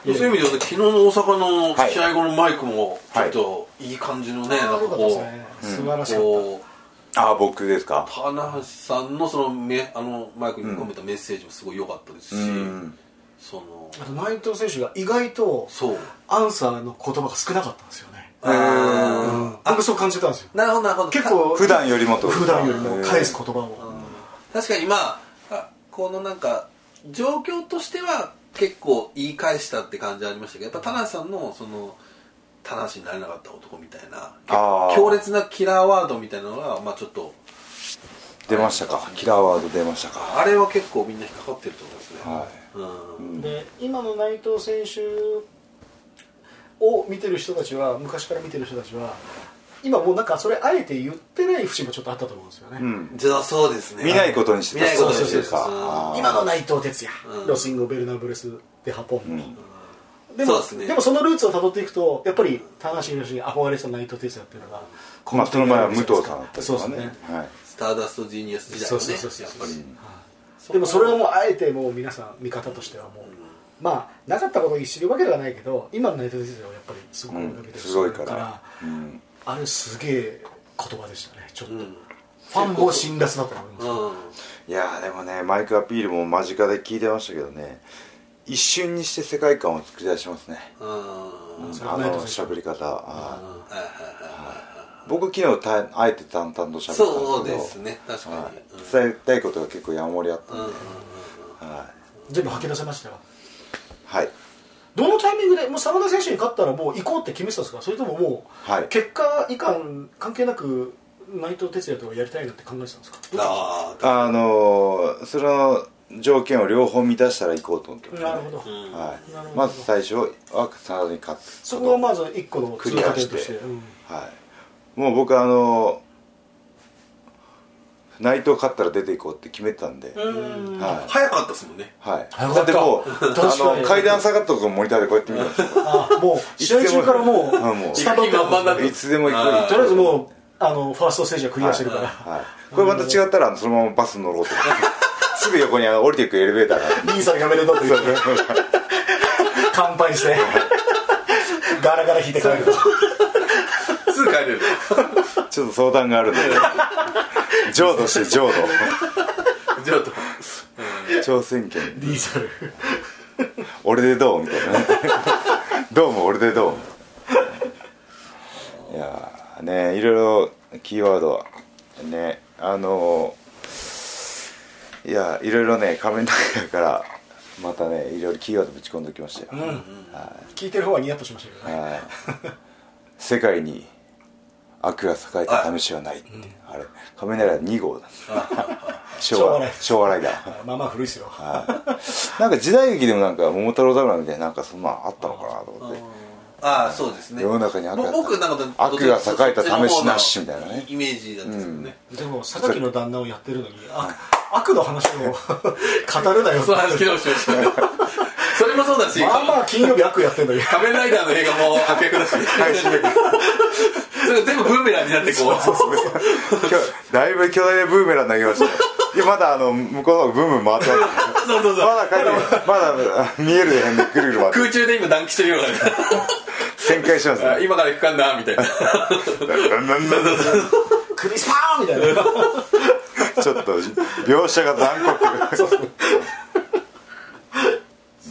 [SPEAKER 2] そういう意味では昨日の大阪
[SPEAKER 1] は
[SPEAKER 2] の
[SPEAKER 1] い
[SPEAKER 2] 試合後のマイクもちょ
[SPEAKER 1] は
[SPEAKER 2] っ
[SPEAKER 1] い
[SPEAKER 2] といい感じのね、なんか
[SPEAKER 3] よかったです
[SPEAKER 2] こ
[SPEAKER 3] ね素晴ら
[SPEAKER 2] う
[SPEAKER 3] しかっ
[SPEAKER 2] こう
[SPEAKER 1] あ僕ですか
[SPEAKER 2] 棚橋さんのそのめあのマイクに込めたメッセージもすごい良かったですし、
[SPEAKER 1] うん
[SPEAKER 2] その
[SPEAKER 3] たあと内藤選手が意外と
[SPEAKER 2] そう
[SPEAKER 3] アンサーの言葉が少なかったんですよね
[SPEAKER 2] あ
[SPEAKER 3] うん僕そう感じたんですよ
[SPEAKER 2] ーなるほどなるほど
[SPEAKER 3] 結構
[SPEAKER 1] 普段よりもってこと
[SPEAKER 3] 普段よりも返す言葉を
[SPEAKER 2] 確かにまああこのなんか状況としては結構言い返したって感じありましたけどやっぱ田無さんのその田無になれなかった男みたいな
[SPEAKER 1] あー
[SPEAKER 2] 強烈なキラーワードみたいなのがまあちょっと
[SPEAKER 1] 出ましたかキラーワード出ましたか
[SPEAKER 2] あれは結構みんな引っかかってると思いますね、
[SPEAKER 1] は
[SPEAKER 2] うん
[SPEAKER 3] で今の内藤選手を見てる人たちは昔から見てる人たちは今もうなんかそれあえて言ってない節もちょっとあったと思うんですよね、
[SPEAKER 1] いうん
[SPEAKER 2] じゃあそうですね
[SPEAKER 1] 見ないことにして
[SPEAKER 2] 見
[SPEAKER 1] た
[SPEAKER 2] ない
[SPEAKER 3] そ
[SPEAKER 2] こ
[SPEAKER 3] う
[SPEAKER 2] と
[SPEAKER 3] そう
[SPEAKER 2] にして
[SPEAKER 3] そう
[SPEAKER 2] た
[SPEAKER 3] そう
[SPEAKER 1] あー
[SPEAKER 3] 今の内藤哲也、
[SPEAKER 2] うん
[SPEAKER 3] ロスインゴ・ベルナブレス・デハポン、
[SPEAKER 1] ん
[SPEAKER 3] でも
[SPEAKER 2] そうですね
[SPEAKER 3] でもそのルーツをたどっていくとやっぱり田無宏に憧れてた内藤哲也っていうのが
[SPEAKER 1] まあその前は武藤さんだったり
[SPEAKER 3] そ
[SPEAKER 1] と
[SPEAKER 3] うで
[SPEAKER 1] か
[SPEAKER 3] す
[SPEAKER 1] ね
[SPEAKER 3] ね
[SPEAKER 1] はい
[SPEAKER 2] スターダストジーニアス時代のね
[SPEAKER 3] そうそうそう
[SPEAKER 2] やっ
[SPEAKER 3] そ
[SPEAKER 2] ぱ
[SPEAKER 3] う
[SPEAKER 2] り、
[SPEAKER 3] でもそれがもうあえてもう皆さん見方としてはもう、まあなかったことに知るわけではないけど今の内藤哲也はやっぱりすごく追いかけ
[SPEAKER 1] う
[SPEAKER 3] て
[SPEAKER 1] ん
[SPEAKER 3] る
[SPEAKER 1] すごいからうん
[SPEAKER 3] あれすげえ言葉でしたねちょっと、
[SPEAKER 2] うん
[SPEAKER 3] ファンも辛辣だと思います、
[SPEAKER 2] うん
[SPEAKER 1] いやーでもねマイクアピールも間近で聞いてましたけどね一瞬にして世界観を作り出しますね
[SPEAKER 2] うんうん
[SPEAKER 3] それ
[SPEAKER 1] あ
[SPEAKER 3] はない
[SPEAKER 1] の
[SPEAKER 3] ですね
[SPEAKER 1] 喋り方あ
[SPEAKER 2] はいはいはい
[SPEAKER 1] ー僕昨日たあえて淡々と喋ったんですけど
[SPEAKER 2] そうですね確かに、
[SPEAKER 1] は
[SPEAKER 2] うん
[SPEAKER 1] い伝えたいことが結構山盛りあったんではい
[SPEAKER 3] 全部吐き出せましたよ
[SPEAKER 1] はい
[SPEAKER 3] どのタイミングでもう真田選手に勝ったらもう行こうって決めてたんですかそれとももう、
[SPEAKER 1] はい
[SPEAKER 3] 結果以下関係なく内藤哲也とやりたいなって考えてたんですか
[SPEAKER 2] ああ
[SPEAKER 1] あのーその条件を両方満たしたら行こうと思ってました
[SPEAKER 3] なるほど、
[SPEAKER 2] うん
[SPEAKER 1] はい
[SPEAKER 3] なるほど
[SPEAKER 1] まず最初は真田に勝つ
[SPEAKER 3] そこがまず一個の通過点として
[SPEAKER 1] クリアして
[SPEAKER 3] うん
[SPEAKER 1] はいもう僕あのー内藤勝ったら出ていこうって決めてたんで、
[SPEAKER 4] うん
[SPEAKER 1] は
[SPEAKER 2] 早かったですもんね
[SPEAKER 1] はい
[SPEAKER 3] 早
[SPEAKER 1] だ
[SPEAKER 3] か
[SPEAKER 1] っ
[SPEAKER 3] ってた
[SPEAKER 1] もう
[SPEAKER 3] [LAUGHS] 確か
[SPEAKER 1] あ
[SPEAKER 3] に
[SPEAKER 1] の階段下がったとこモニターでこうやって見てました
[SPEAKER 3] あもう [LAUGHS] 試合中からもう
[SPEAKER 1] あ
[SPEAKER 3] [LAUGHS]
[SPEAKER 1] もう
[SPEAKER 3] スタートアップだったんですね
[SPEAKER 2] はい
[SPEAKER 1] つでも行く
[SPEAKER 2] あー
[SPEAKER 3] とりあえずもうあのファーストステージはクリアしてるから、
[SPEAKER 1] はい、これまた違ったらあのそのままバス乗ろうと思ってすぐ横にあの降りていくエレベーターがある [LAUGHS]
[SPEAKER 3] リンさんがめでとうって言って乾杯してガラガラ引いて帰る
[SPEAKER 2] すぐ帰れる
[SPEAKER 1] ちょっと相談があるんで浄土して浄土
[SPEAKER 2] じゃあと
[SPEAKER 1] 挑戦権
[SPEAKER 3] リンさん
[SPEAKER 1] 俺でどうみたいなね [LAUGHS] どうも俺でどういやーねいろいろキーワードはねあのーいやいろいろね仮面ライダーからまたねいろいろキーワードぶち込んでおきましたよ、
[SPEAKER 3] 聞いてる方はニヤッとしましたけどね
[SPEAKER 1] はい世界に悪が栄えた試しはないって、あれ仮面ライダー2号だ [LAUGHS] 昭和昭和ライダー
[SPEAKER 3] まあまあ古いですよ
[SPEAKER 1] なんか時代劇でもなんか桃太郎侍みたいななんかそんなのあったのかなと思って
[SPEAKER 2] ああそうですね
[SPEAKER 1] 世の中に悪が
[SPEAKER 2] ぼ僕なんか
[SPEAKER 1] 悪が栄えた試しなしみたいなね
[SPEAKER 2] イメージだったんですけどね、
[SPEAKER 3] でも榊の旦那をやってるのにあ悪の話を語るなよ
[SPEAKER 2] そう話聞き直してましたそれもそうだし、
[SPEAKER 3] まあまあ金曜日悪やってるのに
[SPEAKER 2] 仮面ライダーの映画も悪役だし、
[SPEAKER 1] 配信で
[SPEAKER 2] [LAUGHS] それ全部ブーメランになってこう
[SPEAKER 1] 今日だいぶ巨大なブーメラン投げましたよいやまだあの向こうの方ブーム回ってます
[SPEAKER 2] そうそう
[SPEAKER 1] ま
[SPEAKER 2] そう
[SPEAKER 1] だ帰ってまだ見える辺でぐるぐる回って
[SPEAKER 2] 空中で今暖気してるような
[SPEAKER 1] 旋回してます
[SPEAKER 2] あ
[SPEAKER 1] ね
[SPEAKER 2] [LAUGHS] 今から行くかんな
[SPEAKER 1] [LAUGHS]
[SPEAKER 2] みたいな
[SPEAKER 3] 首スパーンみたいな
[SPEAKER 1] ちょっと描写が残酷
[SPEAKER 2] そ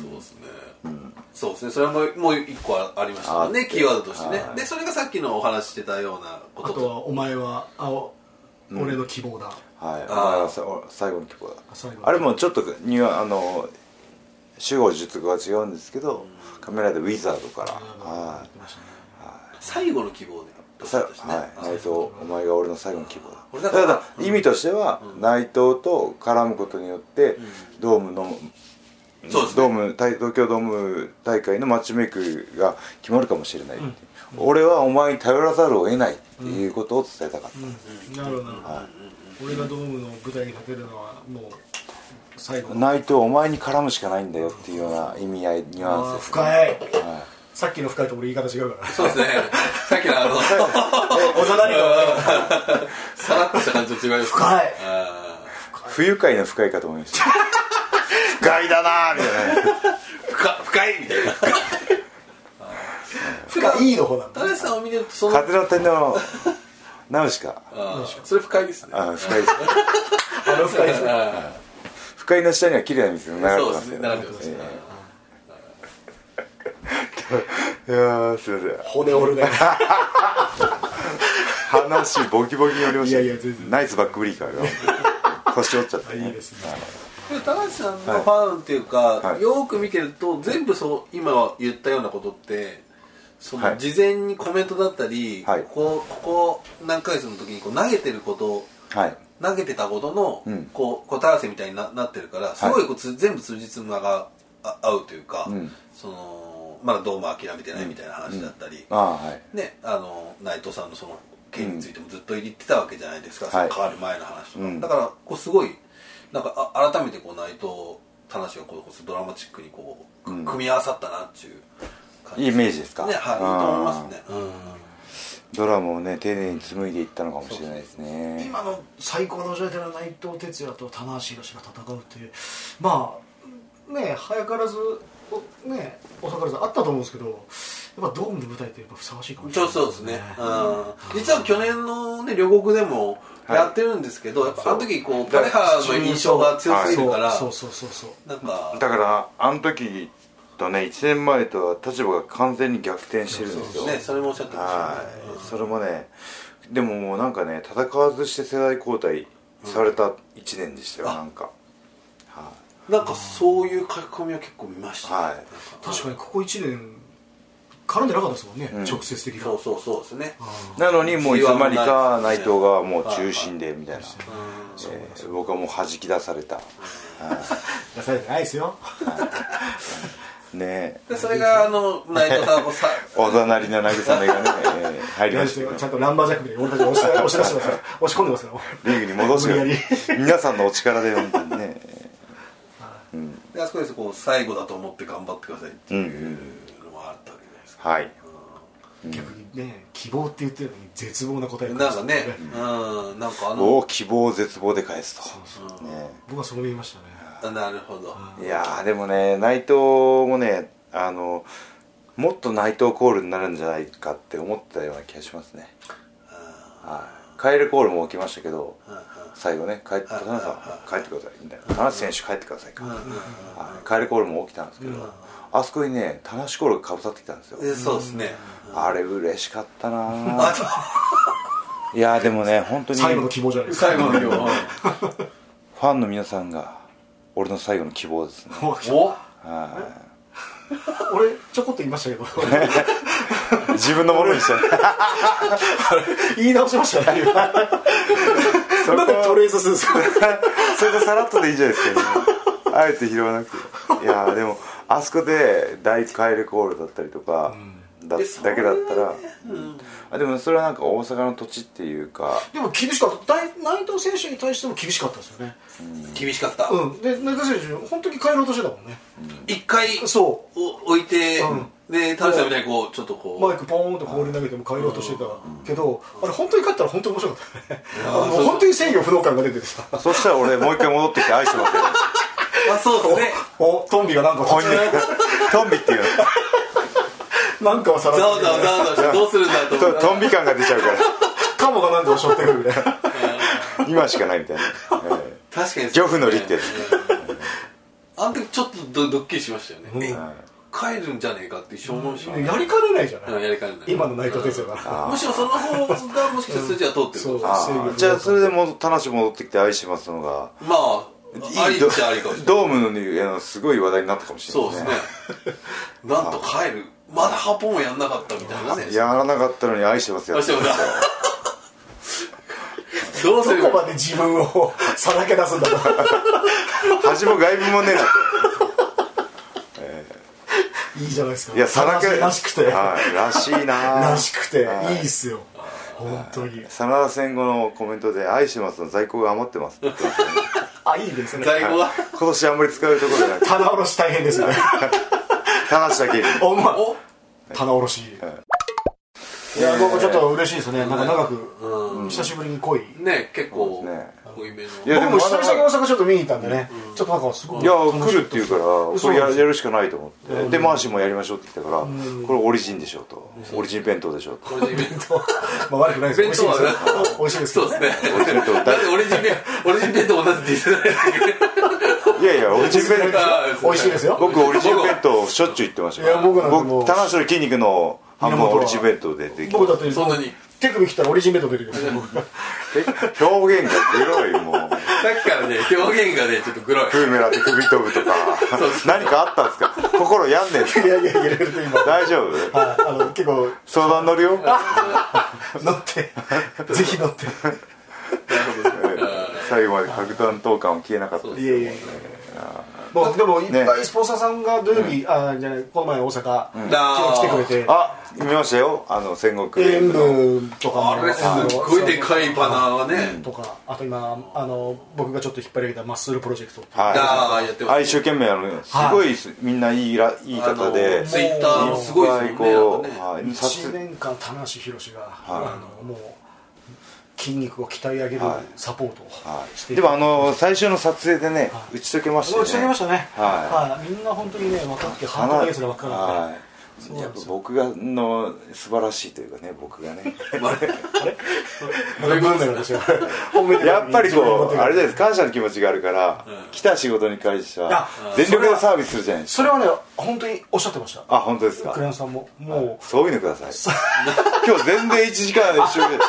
[SPEAKER 2] うですね、そうですねそれももう一個ありましたもん
[SPEAKER 1] あ
[SPEAKER 2] ね
[SPEAKER 1] って
[SPEAKER 2] キーワードとしてねでそれがさっきのお話ししてたようなこ
[SPEAKER 3] あ
[SPEAKER 2] と
[SPEAKER 3] とは「お前は青俺の希望だ」
[SPEAKER 1] はい、
[SPEAKER 2] あー
[SPEAKER 1] お前はさお最後の曲だ
[SPEAKER 3] 最後の曲
[SPEAKER 1] あれもちょっとにあの主語術語が違うんですけど、カメラでウィザードから、は
[SPEAKER 3] 言ってましたね
[SPEAKER 2] 最後の希望で
[SPEAKER 1] い、さ
[SPEAKER 2] ですね
[SPEAKER 1] はい、内藤お前が俺の最後の希望だ
[SPEAKER 2] 俺だ
[SPEAKER 1] だ
[SPEAKER 2] から
[SPEAKER 1] から意味としては、内藤と絡むことによって、ドームの
[SPEAKER 2] そうですね
[SPEAKER 1] ドーム大東京ドーム大会のマッチメイクが決まるかもしれないっていう、俺はお前に頼らざるを得ないっていうことを伝えたかった、
[SPEAKER 3] うんなるほどなるほど俺がドームの舞台に立てるのはもう最後の
[SPEAKER 1] 内藤お前に絡むしかないんだよっていうような意味合いニュアンス
[SPEAKER 3] あー
[SPEAKER 1] です
[SPEAKER 3] 深いさっきの深いと俺言い方違うから
[SPEAKER 2] そう [LAUGHS] ですねさっきのあの
[SPEAKER 3] おざなりが
[SPEAKER 2] さらっとした感じと違いますね
[SPEAKER 3] 深い
[SPEAKER 2] あ
[SPEAKER 1] 不愉快の深いかと思いました不快だなーみたいなね
[SPEAKER 2] ー深深いみたいな
[SPEAKER 3] 深いいいの方なんだ
[SPEAKER 2] 田中さんを見てるとその
[SPEAKER 1] 風の天皇ナウシカ
[SPEAKER 2] あーそれ深いですね
[SPEAKER 1] あー深いですね
[SPEAKER 3] あの深いですね
[SPEAKER 2] あ
[SPEAKER 1] 不快の下には綺麗な水が流
[SPEAKER 2] ー
[SPEAKER 1] れて
[SPEAKER 2] そう
[SPEAKER 1] ま
[SPEAKER 2] ですす
[SPEAKER 1] よ
[SPEAKER 2] ね
[SPEAKER 1] ね
[SPEAKER 2] なるほどですね
[SPEAKER 1] いやーすいません
[SPEAKER 3] 骨折るね
[SPEAKER 1] 話ボキボキに折りました
[SPEAKER 3] いやいや全然
[SPEAKER 1] ナイスバックブリーカーが腰折っちゃった
[SPEAKER 3] いい
[SPEAKER 1] ね
[SPEAKER 3] ですね
[SPEAKER 2] でも高橋さんのファンっていうか、
[SPEAKER 1] はい
[SPEAKER 2] よーく見てると全部そう今言ったようなことってそ
[SPEAKER 1] は
[SPEAKER 2] の
[SPEAKER 1] い
[SPEAKER 2] 事前にコメントだったり、
[SPEAKER 1] はい
[SPEAKER 2] ここここ何ヶ月の時にこう投げてること
[SPEAKER 1] はい
[SPEAKER 2] 投げてたことの、
[SPEAKER 1] うん
[SPEAKER 2] こう答え合わせみたいにななってるからすごいこうつ、全部通じつまがあ合うというか、
[SPEAKER 1] うん
[SPEAKER 2] そのまだどうも諦めてないみたいな話だったり、
[SPEAKER 1] ああはい
[SPEAKER 2] ね、あの内藤さんのその件についてもずっと言ってたわけじゃないですか、
[SPEAKER 1] はい
[SPEAKER 2] その変わる前の話とか、
[SPEAKER 1] うん
[SPEAKER 2] だからこうすごいなんかあ改めてこう内藤田無がこうこうドラマチックにこう、
[SPEAKER 1] うん
[SPEAKER 2] 組み合わさったなっていう感
[SPEAKER 1] いいイメージですか
[SPEAKER 2] ねはいいいと思いますね、
[SPEAKER 1] ドラマをね丁寧に紡いでいったのかもしれないですね
[SPEAKER 4] 今の最高の状態での内藤哲也と棚橋宏が戦うっていうま
[SPEAKER 3] あね早からずおねおさからずあったと思うんですけどやっぱドームの舞台ってやっぱふさわしいか
[SPEAKER 2] う
[SPEAKER 3] も
[SPEAKER 2] ん
[SPEAKER 3] し
[SPEAKER 2] ちょ
[SPEAKER 3] れ
[SPEAKER 2] っ
[SPEAKER 3] ない
[SPEAKER 2] とそうですね、うん、実は去年のね両国でもやってるんですけど、やっぱあの時こうパレハの印象が強すぎるから、
[SPEAKER 3] そうそうそうそう
[SPEAKER 2] なんか
[SPEAKER 1] だからあの時とね1年前とは立場が完全に逆転してるんですよ
[SPEAKER 2] ねそれもおっしゃってました
[SPEAKER 1] は
[SPEAKER 2] ね
[SPEAKER 1] い、それもねでももうなんかね戦わずして世代交代された1年でしたよ、なんかは
[SPEAKER 2] なんかそういう書き込みは結構見まし
[SPEAKER 1] い、
[SPEAKER 2] たね、
[SPEAKER 1] はい
[SPEAKER 3] 確かにここ1年絡んでなかったですもんね、
[SPEAKER 1] ん
[SPEAKER 3] 直接的な
[SPEAKER 2] そうそうそうですね
[SPEAKER 1] なのにもういつの間にか内
[SPEAKER 2] 内藤
[SPEAKER 1] 藤がもう中心でみたいな、えー僕はもう弾き出された
[SPEAKER 3] 出されてないですよ
[SPEAKER 1] ねえ
[SPEAKER 2] でそれがあの内藤さんこうさ [LAUGHS]
[SPEAKER 1] おざなりな慰めがね、え入りましたけど
[SPEAKER 3] ちゃんとランバージャックみたいに俺たち押し出してますよ押し込んでますよ
[SPEAKER 1] リーグに戻すよ
[SPEAKER 3] 無理や
[SPEAKER 1] 皆さんのお力で本当にね
[SPEAKER 2] であそこですこう最後だと思って頑張ってくださいっていうのもあったわけじゃないですか、
[SPEAKER 1] はい
[SPEAKER 3] 逆にね希望って言ってるのに絶望な答えが
[SPEAKER 2] なんかねうんなんかあの
[SPEAKER 1] を希望を絶望で返すとね
[SPEAKER 3] 僕はそう見えました
[SPEAKER 2] あ
[SPEAKER 3] ね
[SPEAKER 2] なるほど
[SPEAKER 1] いやーでもね内藤もねあのもっと内藤コールになるんじゃないかって思ってたような気がしますねはいカエルコールも起きましたけど最後ね帰って田中さん帰ってくださいみたいな田中選手帰ってくださいかはいカエルコールも起きたんですけどあそこにね田中コールがかぶさってきたんですよ
[SPEAKER 2] でそうですね
[SPEAKER 1] あれ嬉しかったな
[SPEAKER 2] あ
[SPEAKER 1] ーいやーでもね本当に
[SPEAKER 3] 最後の希望じゃないですか
[SPEAKER 2] 最後の今
[SPEAKER 1] ファンの皆さんが俺の最後の希望ですね [LAUGHS]
[SPEAKER 2] お
[SPEAKER 1] は
[SPEAKER 3] 俺ちょこっと言いました
[SPEAKER 2] [LAUGHS]
[SPEAKER 3] けど
[SPEAKER 1] い自分のものにしちゃった [LAUGHS]
[SPEAKER 3] 言い直しましたね
[SPEAKER 1] そこ
[SPEAKER 3] なんでトレースするんですか
[SPEAKER 1] それでさらっとでいいじゃないですか、ね、あえて拾わなくていやーでもあそこで第一回レコールだったりとか、だ
[SPEAKER 2] でそれ
[SPEAKER 1] だけだったら、あでもそれはなんか大阪の土地っていうか
[SPEAKER 3] でも厳しかった大内藤選手に対しても厳しかったですよね
[SPEAKER 2] 厳しかった
[SPEAKER 3] うんで内藤選手本当に帰ろうとしてたもんね
[SPEAKER 2] 一回
[SPEAKER 3] そ
[SPEAKER 2] お置いて
[SPEAKER 3] うん
[SPEAKER 2] で田中さんみたいにこうちょっとこう
[SPEAKER 3] マイクポーンと放り投げても帰ろうとしてたけどあれ本当に勝ったら本当に面白かったねあの本当に制御不能感が出ててさ
[SPEAKER 1] そしたら俺もう一回戻ってきて愛してますよ
[SPEAKER 2] あそうですね
[SPEAKER 3] おトンビがなんか
[SPEAKER 1] 本人トンビっていう
[SPEAKER 3] なんかをさ
[SPEAKER 2] ざ
[SPEAKER 3] らっ
[SPEAKER 2] わ
[SPEAKER 3] て
[SPEAKER 2] ざわざわざわしてどうするんだと思っ
[SPEAKER 1] のとトンビ感が出ちゃうか
[SPEAKER 3] カモがなんかを背負ってくるみたいな
[SPEAKER 1] ら今しかないみたいな、え
[SPEAKER 2] 確かに
[SPEAKER 1] ー、漁夫の利ってやつ
[SPEAKER 2] あの時ちょっとドドッキリしましたよね、
[SPEAKER 3] ん
[SPEAKER 2] え
[SPEAKER 1] は
[SPEAKER 2] 帰るんじゃねえかって一瞬思いましたね、
[SPEAKER 3] やりかねないじゃ
[SPEAKER 2] うん
[SPEAKER 3] ない
[SPEAKER 2] やりかねない
[SPEAKER 3] 今の内藤哲也が
[SPEAKER 1] あー
[SPEAKER 2] むしろその方がもしかして筋は通ってるかも
[SPEAKER 3] そう
[SPEAKER 1] あ
[SPEAKER 3] 制御不能
[SPEAKER 1] ー
[SPEAKER 3] 感
[SPEAKER 1] じゃあそれでもう田無戻ってきて愛してますのが
[SPEAKER 2] まあありっちゃありかもしれない
[SPEAKER 1] ドームのにあのすごい話題になったかもしれな
[SPEAKER 2] そ
[SPEAKER 1] いう
[SPEAKER 2] ですねなんと帰るまだハポンやんなかったみたいなね
[SPEAKER 1] やらなかったのに愛してますよ
[SPEAKER 2] あしてもだどうする
[SPEAKER 3] どこまで自分をさらけ出すんだろう
[SPEAKER 1] 恥も外部もねえなって
[SPEAKER 3] いいじゃないですか
[SPEAKER 1] いやさらけ
[SPEAKER 3] らしくて
[SPEAKER 1] はい、らしいな
[SPEAKER 3] らしくてい
[SPEAKER 1] はい
[SPEAKER 3] いっすよ本当に
[SPEAKER 1] 真田戦後のコメントで「愛してます」の在庫が余ってますって言ってましたね
[SPEAKER 3] あいいですね
[SPEAKER 2] 在庫が
[SPEAKER 1] 今年あんまり使うところじゃなくて
[SPEAKER 3] 棚卸し大変ですね
[SPEAKER 1] 田無だけに
[SPEAKER 3] お前
[SPEAKER 2] お
[SPEAKER 3] 棚卸し
[SPEAKER 1] はい
[SPEAKER 3] や僕ちょっと嬉しいですねなんか長
[SPEAKER 2] う
[SPEAKER 3] く久しぶりに来い
[SPEAKER 2] ね結
[SPEAKER 1] そ
[SPEAKER 2] 構
[SPEAKER 1] うですね
[SPEAKER 2] 濃いめの
[SPEAKER 1] いやで
[SPEAKER 3] 僕
[SPEAKER 1] も
[SPEAKER 3] も久々に大阪ちょっと見に行ったんでねちょっとなんかすごい
[SPEAKER 1] いや来るっていうから
[SPEAKER 3] そ
[SPEAKER 1] こ
[SPEAKER 3] う
[SPEAKER 1] れ
[SPEAKER 3] な
[SPEAKER 1] や
[SPEAKER 3] んですよ
[SPEAKER 1] やるしかないと思ってでマーシーもやりましょうって言ったからこれオリジンでしょうとオリジン弁当でしょうと
[SPEAKER 2] これでイベント
[SPEAKER 3] まあ悪くないです美味しいですよ
[SPEAKER 2] 弁当はね
[SPEAKER 3] 美味しいですけ
[SPEAKER 2] そ
[SPEAKER 3] ど
[SPEAKER 2] う
[SPEAKER 3] ね
[SPEAKER 2] ですねだって俺人弁俺人弁と同じディスられ
[SPEAKER 1] いやいやオリジン弁当
[SPEAKER 3] 美味しいですよ
[SPEAKER 1] 僕オリジン弁当しょっちゅう言ってましたから
[SPEAKER 3] いや僕なんてもう
[SPEAKER 1] 僕田無の筋肉の半分はオリジン弁当ででき
[SPEAKER 3] 僕だって
[SPEAKER 2] そんなに
[SPEAKER 3] 手首切ったらオリジン弁当出てくる
[SPEAKER 1] え表現がグロいもう
[SPEAKER 2] さっきからね表現がねちょっとグロい
[SPEAKER 1] ブーメランで首飛ぶとか
[SPEAKER 2] そう
[SPEAKER 1] 何かあったんですか心病んでんすか
[SPEAKER 3] いやいやいやいろいろと今
[SPEAKER 1] 大丈夫
[SPEAKER 3] はいあの結構
[SPEAKER 1] 相談乗るよ
[SPEAKER 3] 乗ってぜひ乗って
[SPEAKER 2] なるほどね
[SPEAKER 1] 最後まで核弾頭感は消えなかったです
[SPEAKER 3] いやいやいやもうでもいっぱいスポンサーさんが土曜日、あじゃないこの前大阪、
[SPEAKER 2] あー
[SPEAKER 3] 来てくれて
[SPEAKER 1] あ見ましたよあの戦国
[SPEAKER 3] 塩分とかも
[SPEAKER 2] あれすっごいでかいバナーがね
[SPEAKER 3] とかあと今あの僕がちょっと引っ張り上げたマッスルプロジェクト
[SPEAKER 1] は
[SPEAKER 2] あーやって
[SPEAKER 1] い
[SPEAKER 2] ます
[SPEAKER 1] あ一生懸命やるのすごいすみんないいらいい
[SPEAKER 2] あ
[SPEAKER 1] 方で
[SPEAKER 2] のツイッターもすごいですもんね
[SPEAKER 1] こう
[SPEAKER 2] なんかね
[SPEAKER 1] はい撮
[SPEAKER 3] 1年間田無宏が、あのもう筋肉を鍛え上げるサポートをしてい
[SPEAKER 1] で
[SPEAKER 3] た
[SPEAKER 1] もあの最初の撮影でね
[SPEAKER 3] はい
[SPEAKER 1] 打ち解けました
[SPEAKER 3] もう打ち上げましたね、
[SPEAKER 1] は
[SPEAKER 3] はいみんな本当にね若くて
[SPEAKER 1] か
[SPEAKER 3] ハー
[SPEAKER 1] な
[SPEAKER 3] トのやつらばっかりなんで、
[SPEAKER 1] はいやっぱ僕がの素晴らしいというかね僕が
[SPEAKER 3] [LAUGHS]
[SPEAKER 1] ね
[SPEAKER 3] なんかブーメランですよ褒めてたの
[SPEAKER 1] や
[SPEAKER 3] に
[SPEAKER 1] っぱりこうあれじゃないで
[SPEAKER 3] 自分の手が
[SPEAKER 1] すか感謝の気持ちがあるから、来た仕事に関しては
[SPEAKER 3] あ
[SPEAKER 1] 全力でサービスするじゃないです
[SPEAKER 3] それはね本当におっしゃってました
[SPEAKER 1] かあ本当ですか
[SPEAKER 3] クライアントさんもも
[SPEAKER 1] そういうのください [LAUGHS] 今日全然1時間一緒で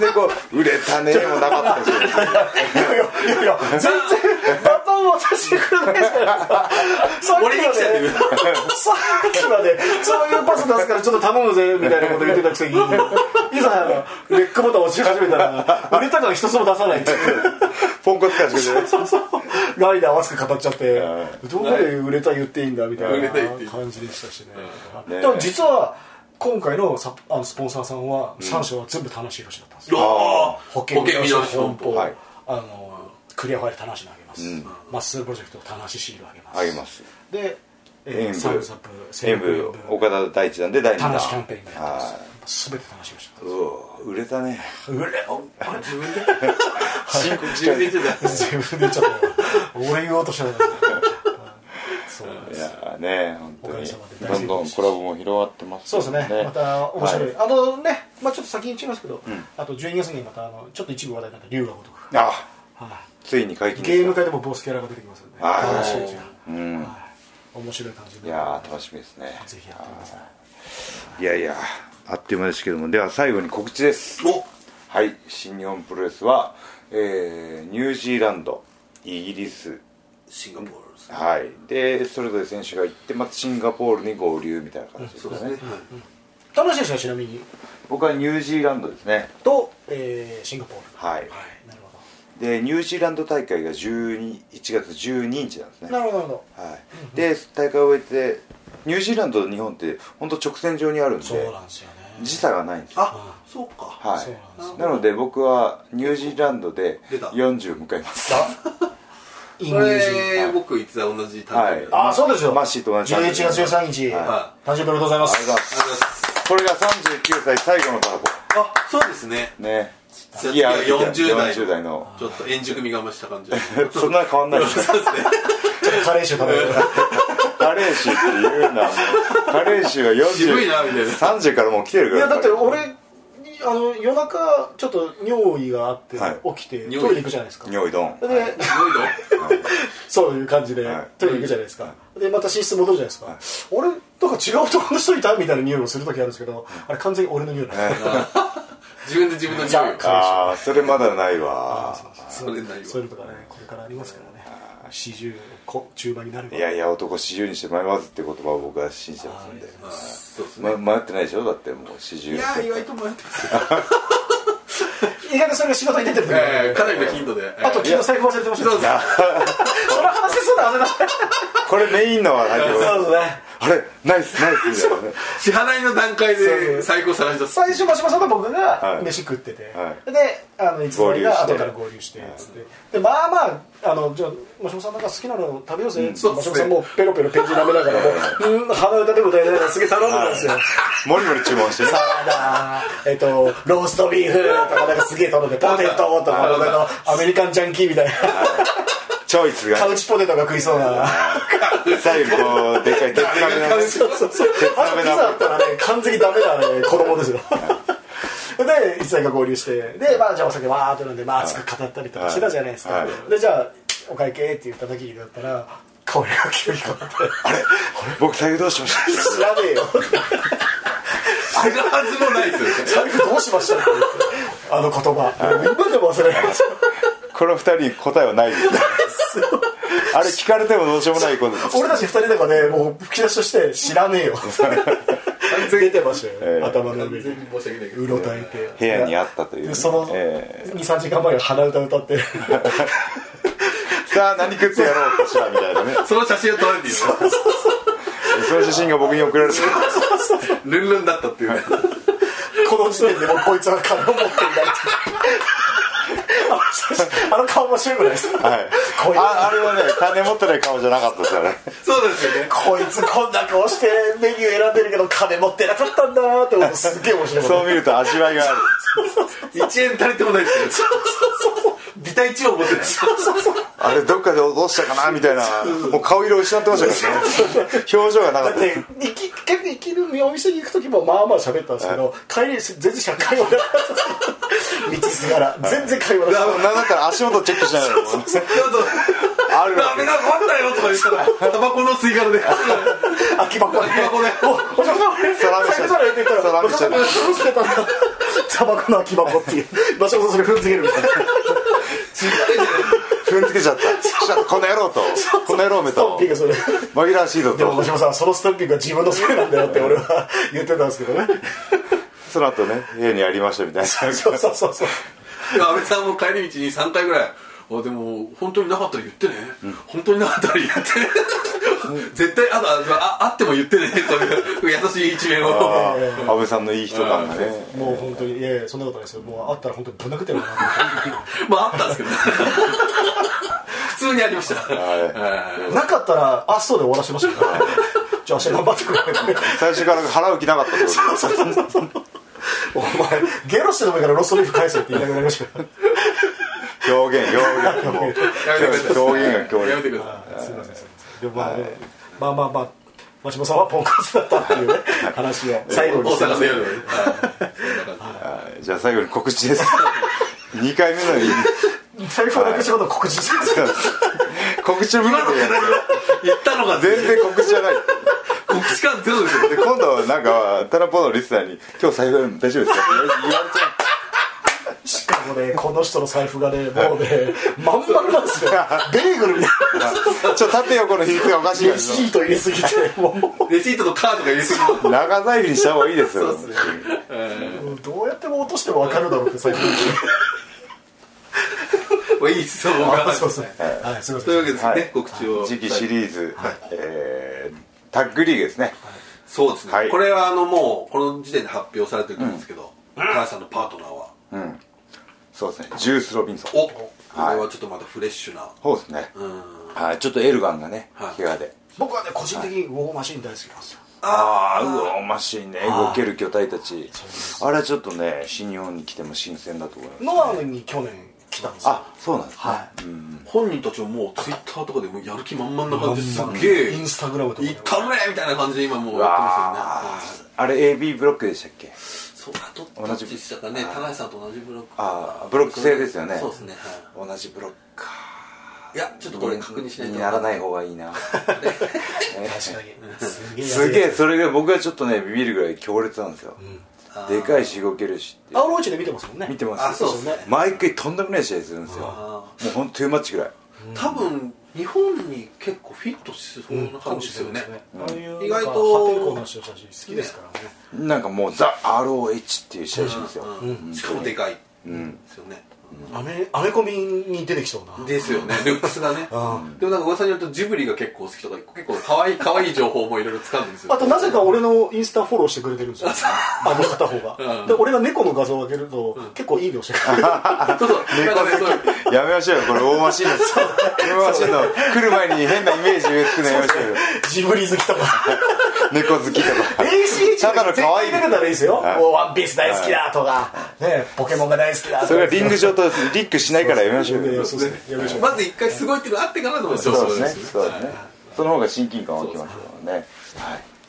[SPEAKER 1] 全然こう売れたねもなかったし
[SPEAKER 3] [LAUGHS] う、いやいやいやいや全然バトンを渡してくれないじゃないですかさっきま
[SPEAKER 2] 俺に来ちゃって
[SPEAKER 3] で
[SPEAKER 2] る
[SPEAKER 3] さっきまでそういうパス出すからちょっと頼むぜみたいなこと言ってたくせにいざレックボタン押し始めたら売れたから一つも出さないっていう
[SPEAKER 1] ポンコツ感しか出ない
[SPEAKER 3] ライダーを熱く語っちゃって
[SPEAKER 1] は
[SPEAKER 3] どこで売れた言っていいんだみたい
[SPEAKER 2] 売れた言ってい
[SPEAKER 3] ない感じでしたしね
[SPEAKER 1] うん
[SPEAKER 3] でも実は今回のサあのスポンサーさんは3社は全部田無宏だったんですよ、
[SPEAKER 2] あ
[SPEAKER 3] 保険見直し
[SPEAKER 2] 本
[SPEAKER 3] 本
[SPEAKER 2] 舗
[SPEAKER 3] 舗、
[SPEAKER 1] はい
[SPEAKER 3] あのクリアファイル田無にあげます、
[SPEAKER 1] うん
[SPEAKER 3] マッスルプロジェクト田無シールあげます
[SPEAKER 1] あげます
[SPEAKER 3] で、
[SPEAKER 1] 演
[SPEAKER 3] えー、
[SPEAKER 1] 舞
[SPEAKER 3] サムズアップ
[SPEAKER 1] 全
[SPEAKER 3] ブ
[SPEAKER 1] 部岡田第一弾で第2
[SPEAKER 3] 田
[SPEAKER 1] 弾
[SPEAKER 3] 無キャンペーンがやって
[SPEAKER 1] はい
[SPEAKER 3] ます全て田無宏だったん
[SPEAKER 1] うお売れたね
[SPEAKER 3] ですよ
[SPEAKER 2] あれ自分で深刻自分で言ってた
[SPEAKER 3] 自分でちょっと俺言おうとしたのにはいそうなんで
[SPEAKER 1] い
[SPEAKER 3] す
[SPEAKER 1] やーね本当に
[SPEAKER 3] おかげさまで大成
[SPEAKER 1] ど
[SPEAKER 3] 功
[SPEAKER 1] んどんコラボも広がってます
[SPEAKER 3] そうですねまた面白い、
[SPEAKER 1] は
[SPEAKER 3] あのね、まあ、ちょっと先に言っちゃいますけど、
[SPEAKER 1] ん
[SPEAKER 3] あと12月にまたあのちょっと一部話題になった龍が如く、
[SPEAKER 1] あ
[SPEAKER 3] はい
[SPEAKER 1] ついに解禁ですか
[SPEAKER 3] ゲーム界でもボスキャラが出てきますので
[SPEAKER 1] あ
[SPEAKER 2] ー
[SPEAKER 3] 新しいやつが
[SPEAKER 1] うん
[SPEAKER 3] はい面白い感じ
[SPEAKER 1] い
[SPEAKER 3] で
[SPEAKER 1] やー楽しみですね
[SPEAKER 3] ぜひやってください
[SPEAKER 1] いやいやあっという間ですけどもでは最後に告知です
[SPEAKER 2] お
[SPEAKER 1] はい新日本プロレスは、えーニュージーランドイギリス
[SPEAKER 2] シンガポールですね
[SPEAKER 1] はいでそれぞれ選手が行ってまたシンガポールに合流みたいな形です
[SPEAKER 2] そう
[SPEAKER 1] ね
[SPEAKER 2] ですねはい
[SPEAKER 3] 楽しいですよちなみに
[SPEAKER 1] 僕はニュージーランドですね
[SPEAKER 3] と、えーシンガポール
[SPEAKER 1] はい
[SPEAKER 3] なるほ
[SPEAKER 1] でニュージーランド大会が12 1月12日なんですね
[SPEAKER 3] どなるほどなるほ
[SPEAKER 1] はい、で大会を終えてニュージーランドと日本って本当直線上にあるん
[SPEAKER 3] ど
[SPEAKER 1] で
[SPEAKER 3] そうなんですよね
[SPEAKER 1] 時差がないんですよ
[SPEAKER 2] あそうか
[SPEAKER 1] は
[SPEAKER 3] そ
[SPEAKER 1] い
[SPEAKER 3] うな
[SPEAKER 1] な
[SPEAKER 3] んです
[SPEAKER 1] ので僕はニュージーランドで
[SPEAKER 2] 出た
[SPEAKER 1] 40迎えます
[SPEAKER 3] イン
[SPEAKER 2] こ
[SPEAKER 3] グリッシュ
[SPEAKER 2] れ僕いつだ同じ誕生日だ
[SPEAKER 3] あそうですよ
[SPEAKER 1] マッシーと同じ
[SPEAKER 3] 11月13日、
[SPEAKER 1] は
[SPEAKER 3] 誕生日おめでとうございま
[SPEAKER 1] ありがとうございますす
[SPEAKER 2] ありがとうございます
[SPEAKER 1] これが39歳最後のタラボ
[SPEAKER 2] あそうですね
[SPEAKER 1] ね
[SPEAKER 2] じゃあ次は40代
[SPEAKER 1] 40代の
[SPEAKER 2] ちょっと円熟味が増した感じ
[SPEAKER 1] そんな変わんないです
[SPEAKER 2] そうですね
[SPEAKER 3] ちょっとカレー酒食べるから
[SPEAKER 1] カレー臭って言うなもうカレー臭は40
[SPEAKER 2] 渋いなみたいな
[SPEAKER 1] 30からもう来てるか
[SPEAKER 3] い
[SPEAKER 1] ら
[SPEAKER 3] やだって俺あの夜中ちょっと尿意があって、
[SPEAKER 1] はい
[SPEAKER 3] 起きてトイ
[SPEAKER 2] 尿意
[SPEAKER 3] レ行くじゃないですかで、
[SPEAKER 1] 匂いどん
[SPEAKER 2] すごいの
[SPEAKER 3] そういう感じで、
[SPEAKER 1] はい
[SPEAKER 3] トイレ行くじゃないですか、でまた寝室戻るじゃないですか、俺なんか違う男の人いたみたいな匂いをする時あるんですけどあれ完全に俺の匂いなんです
[SPEAKER 2] 自分で自分の匂い
[SPEAKER 3] じゃ
[SPEAKER 2] を
[SPEAKER 3] あ
[SPEAKER 1] ああそれまだないわ
[SPEAKER 2] それないわ
[SPEAKER 3] [LAUGHS] そういうのとかねこれからありますからね四十こ中盤になる
[SPEAKER 1] いやいや男四十にして迷わずって言葉を僕は信じてますんで、
[SPEAKER 2] あそうですね
[SPEAKER 1] ま、迷ってないでしょだってもう四
[SPEAKER 2] い
[SPEAKER 1] 十
[SPEAKER 2] や意外と迷ってます
[SPEAKER 3] 意外とそれが仕事に出てる時あ
[SPEAKER 2] え
[SPEAKER 3] る
[SPEAKER 2] えかなりの頻度で
[SPEAKER 3] あと昨日財布忘れてました
[SPEAKER 2] そうです
[SPEAKER 3] その話そうだ忘れました
[SPEAKER 1] これメインの話題でございます
[SPEAKER 3] そうですね
[SPEAKER 1] あれナイスナイスみたいなね
[SPEAKER 2] 支払いの段階で最高探し出す
[SPEAKER 3] 最初マシマシさんと僕
[SPEAKER 1] は
[SPEAKER 3] が
[SPEAKER 1] い
[SPEAKER 3] 飯食ってて、
[SPEAKER 1] は
[SPEAKER 3] であのいつもりが
[SPEAKER 1] 合流して
[SPEAKER 3] 後から合流してつって、でまあまああのじゃあマシマシさんなんか好きなの食べようぜ、
[SPEAKER 2] そう
[SPEAKER 3] マシマシさんもうペロペロペン字舐めながらもううん鼻歌でも歌いながらすげえ頼んでたんですよ、
[SPEAKER 1] もりもり注文してね
[SPEAKER 3] あーえっとローストビーフとかなんかすげえ頼んでポテトとかなんかアメリカンジャンキーみたいな
[SPEAKER 1] チョイス
[SPEAKER 3] カ
[SPEAKER 1] が
[SPEAKER 3] ウチポテトが食いそうな
[SPEAKER 1] 最後こうでっかい鉄壁のね
[SPEAKER 3] そうそうそうあのピザだったらね完全にダメなね子供
[SPEAKER 1] [LAUGHS]
[SPEAKER 3] ですよで一切が合流してでまあじゃあお酒わーっと飲んでまあ熱く語ったりとかしてたじゃないですか、
[SPEAKER 1] はい
[SPEAKER 3] でじゃあお会計って言った時だったら香りが急に変わってあれ
[SPEAKER 1] 僕財布どうしました
[SPEAKER 3] 知らねえよ
[SPEAKER 2] それがはずもないですよね
[SPEAKER 3] 財布どうしましたって言ってあの言
[SPEAKER 1] [LAUGHS]
[SPEAKER 3] 葉、もう今でも忘れないです
[SPEAKER 1] この二人に答えはないですねあれ聞かれてもどうしようもないことです
[SPEAKER 3] 俺たち二人でもねもう吹き出しとして知らねえよ出てましたよ、
[SPEAKER 1] ええ
[SPEAKER 3] 頭の
[SPEAKER 2] 完
[SPEAKER 3] 上
[SPEAKER 2] 全
[SPEAKER 3] に
[SPEAKER 2] に申し訳ないけ
[SPEAKER 3] う
[SPEAKER 2] ど
[SPEAKER 3] ろたえて
[SPEAKER 1] 部屋にあったというね
[SPEAKER 3] でその
[SPEAKER 1] え
[SPEAKER 3] 23、時間前に鼻歌歌って
[SPEAKER 1] えさあ何食ってやろうかしらみたいなね
[SPEAKER 2] その写真を撮られていいの
[SPEAKER 1] その写真が僕に送られて
[SPEAKER 2] ルンルンだったっていうね
[SPEAKER 3] この時点でもうこいつは金を持っていないってあの写真あの顔面白くないですか、
[SPEAKER 1] はい
[SPEAKER 3] こいつ
[SPEAKER 1] ああれはね金持ってない顔じゃなかったですよね
[SPEAKER 2] そうですよね
[SPEAKER 3] こいつこんな顔してメニュー選んでるけど金持ってなかったんだなって思うとすっげえ面白いこと
[SPEAKER 1] そう見ると味わいがある
[SPEAKER 2] 1円足りてもないですよビタ1を持ってない
[SPEAKER 1] あれどっかで落としたかなみたいなもう顔色失ってましたからね表情がなか
[SPEAKER 3] だ
[SPEAKER 1] っ
[SPEAKER 3] ったて生き結構生きるお店に行く時もまあまあ喋ったんですけど、帰り全然会話がなかったです道すがら全然会話がなかった
[SPEAKER 1] なんだったら足元チェックしながらもあるわ
[SPEAKER 2] ダメだ終わったよとか言ったらタバコの吸い殻で
[SPEAKER 3] 空き箱で
[SPEAKER 2] 空き箱で
[SPEAKER 3] おお嬢さん
[SPEAKER 1] サラミしちゃう
[SPEAKER 3] 財布皿入れてたら
[SPEAKER 1] サラミしちゃう
[SPEAKER 3] お嬢さんどうしてたんだタバコの空き箱っていう場所こそそれ踏んづけるみたいな
[SPEAKER 1] 踏んづけちゃったしゃこの野郎とこの野郎め
[SPEAKER 3] ス
[SPEAKER 1] と
[SPEAKER 3] トンピーがそれ
[SPEAKER 1] 紛らわしいぞ
[SPEAKER 3] でも
[SPEAKER 1] と
[SPEAKER 3] 大島さんそのストンピーが自分のせいなんだよって俺は言ってたんですけどね
[SPEAKER 1] その後ね家にありましたみたいな
[SPEAKER 3] そうそうそうそう
[SPEAKER 2] 安倍さんも帰り道に3回ぐらいあでも本当になかったら言ってね、本当になかったら言ってね絶対あとあああっても言ってねという優しい一面を
[SPEAKER 1] あー安倍さんのいい人感がね
[SPEAKER 3] もう本当にいやいやそんなことないですよもう会ったら本当にぶん殴ってるかな
[SPEAKER 2] [LAUGHS] まああったんですけど普通にありました
[SPEAKER 1] は
[SPEAKER 2] え
[SPEAKER 3] なかったらあそうで終わらせましたからじゃあ明日頑張ってくれ
[SPEAKER 1] 最初から払う気なかったってこと
[SPEAKER 3] お前ゲロしてでもいいからロストリーフ返せって言いなくなりましたか
[SPEAKER 1] 表現表現も
[SPEAKER 2] ーやめてください
[SPEAKER 1] 表現が強烈
[SPEAKER 2] やめてくださ
[SPEAKER 3] らすいませんすいませんでもまあでもまあまあまあ真島さんはポンコツだったっていうね話を最後
[SPEAKER 2] い
[SPEAKER 3] に
[SPEAKER 2] 大
[SPEAKER 3] して
[SPEAKER 2] 阪
[SPEAKER 3] ま
[SPEAKER 2] の
[SPEAKER 3] す
[SPEAKER 2] 夜はいそんな感じで
[SPEAKER 1] はいじゃあ最後に告知です二回目の
[SPEAKER 3] 財布をなくしたことを告知してます
[SPEAKER 1] 告知の部分で
[SPEAKER 2] 言ったのが全
[SPEAKER 1] 全然告知じゃない
[SPEAKER 2] 告知感ゼロですよ
[SPEAKER 1] で今度はなんかタラポのリスナーに「今日財布大丈夫ですか?」って言われちゃう
[SPEAKER 3] しかもねこの人の財布がねもうねまん丸なんですよベーグルみたい
[SPEAKER 1] ちょっと縦横の比率がおかしい
[SPEAKER 3] な
[SPEAKER 1] か
[SPEAKER 3] レ
[SPEAKER 1] ら
[SPEAKER 3] シート入れすぎても
[SPEAKER 2] レシートとカードが入れすぎて
[SPEAKER 1] 長財布にした方がいいです [LAUGHS] よ
[SPEAKER 2] そうっ
[SPEAKER 3] うどうやっても落としても分かるだろうって財布
[SPEAKER 2] もういいですよ僕
[SPEAKER 3] あ
[SPEAKER 2] は
[SPEAKER 3] そうですねはいすいま
[SPEAKER 2] という
[SPEAKER 3] せ
[SPEAKER 2] わ
[SPEAKER 3] ん
[SPEAKER 2] けです
[SPEAKER 1] は
[SPEAKER 2] ね
[SPEAKER 1] い
[SPEAKER 2] 告知を
[SPEAKER 1] 次期シリーズ、えータッグリーグですね、
[SPEAKER 2] そうですね、
[SPEAKER 1] はい
[SPEAKER 2] これはあのもうこの時点で発表されてると思うんですけど、高橋さんのパートナーは
[SPEAKER 1] うん、そうですねジュース・ロビンソン
[SPEAKER 2] おこれはちょっとまたフレッシュな、
[SPEAKER 1] そうですね、
[SPEAKER 2] うん
[SPEAKER 1] はいちょっとエルガンがね
[SPEAKER 2] はい
[SPEAKER 1] 怪我で
[SPEAKER 3] 僕はね個人的にウォーマシン大好きなんですよ
[SPEAKER 1] ああうわおましいね動ける巨体たちあれはちょっとね新日本に来ても新鮮だと思います
[SPEAKER 3] ノアに去年来たんですよ
[SPEAKER 1] あそうなんですね、
[SPEAKER 3] はい
[SPEAKER 2] 本人たちももうツイッターとかでもうやる気満々な感じですっげえ
[SPEAKER 3] イ
[SPEAKER 2] い
[SPEAKER 3] ンスタグラムとかで
[SPEAKER 2] ったれみたいな感じで今もう
[SPEAKER 1] う
[SPEAKER 2] やって
[SPEAKER 1] わ
[SPEAKER 2] ま
[SPEAKER 1] ああれ AB ブロックでしたっけ
[SPEAKER 2] すよね、そうあ
[SPEAKER 1] 同
[SPEAKER 2] とどっ
[SPEAKER 1] じ
[SPEAKER 2] ちでしたかね田中さんと同じブロック
[SPEAKER 1] あーブロック制ですよね
[SPEAKER 2] そうですね、は
[SPEAKER 1] 同じブロックか
[SPEAKER 2] い、いやちょっとこれ確認しないと
[SPEAKER 1] にならない方がいいな
[SPEAKER 3] 確かにすげえ
[SPEAKER 1] すげえそれが僕はちょっとねビビるぐらい強烈なんですよ、でかいし動けるしっていう
[SPEAKER 3] ROH で見てますもんね
[SPEAKER 1] 見てます
[SPEAKER 2] あそうですね
[SPEAKER 1] 毎回とんでもない試合するんですよも
[SPEAKER 2] あ
[SPEAKER 1] うほんとトゥーマッチぐらい
[SPEAKER 2] 多分日本に結構フィットしそうな感じですよね、
[SPEAKER 3] ああいう
[SPEAKER 2] 意外と
[SPEAKER 3] 破天荒な人たち好きですからね
[SPEAKER 1] なんかもうザ・ ROH っていう試合してるんですよ、
[SPEAKER 2] うんしかもでかい、ですよね、
[SPEAKER 3] アメアメコミに出てきそうな
[SPEAKER 2] ですよねルックスがねでもなんか噂によるとジブリが結構好きとか結構可愛い可愛い情報もいろいろ掴んでるんですよ
[SPEAKER 3] あとなぜか俺のインスタフォローしてくれてるん [LAUGHS] ですよあの片方が、で俺が猫の画像を上げると、結構いい秒 [LAUGHS] してくれる
[SPEAKER 2] そうそうなんかねそういう
[SPEAKER 1] やめましょうよこれ大マシン
[SPEAKER 2] [LAUGHS]
[SPEAKER 1] です大マシンの来る前に変なイメージ作るのやめましょうよ
[SPEAKER 3] ジブリ好きとか
[SPEAKER 1] 猫好きとか
[SPEAKER 3] ACH
[SPEAKER 1] ただの可愛い
[SPEAKER 3] 絶対出てたらいいですよ「
[SPEAKER 1] はい
[SPEAKER 3] もうワンピース大好きだ」とか、ね「ポケモンが大好きだ」とか
[SPEAKER 1] それはリング上とリックしないからやめましょうよ
[SPEAKER 3] そうですねやめましょう
[SPEAKER 2] まず一回すごいっていうのあってからの情
[SPEAKER 1] そう
[SPEAKER 2] 報
[SPEAKER 1] ですねそうですねその方が親近感湧きますよねはい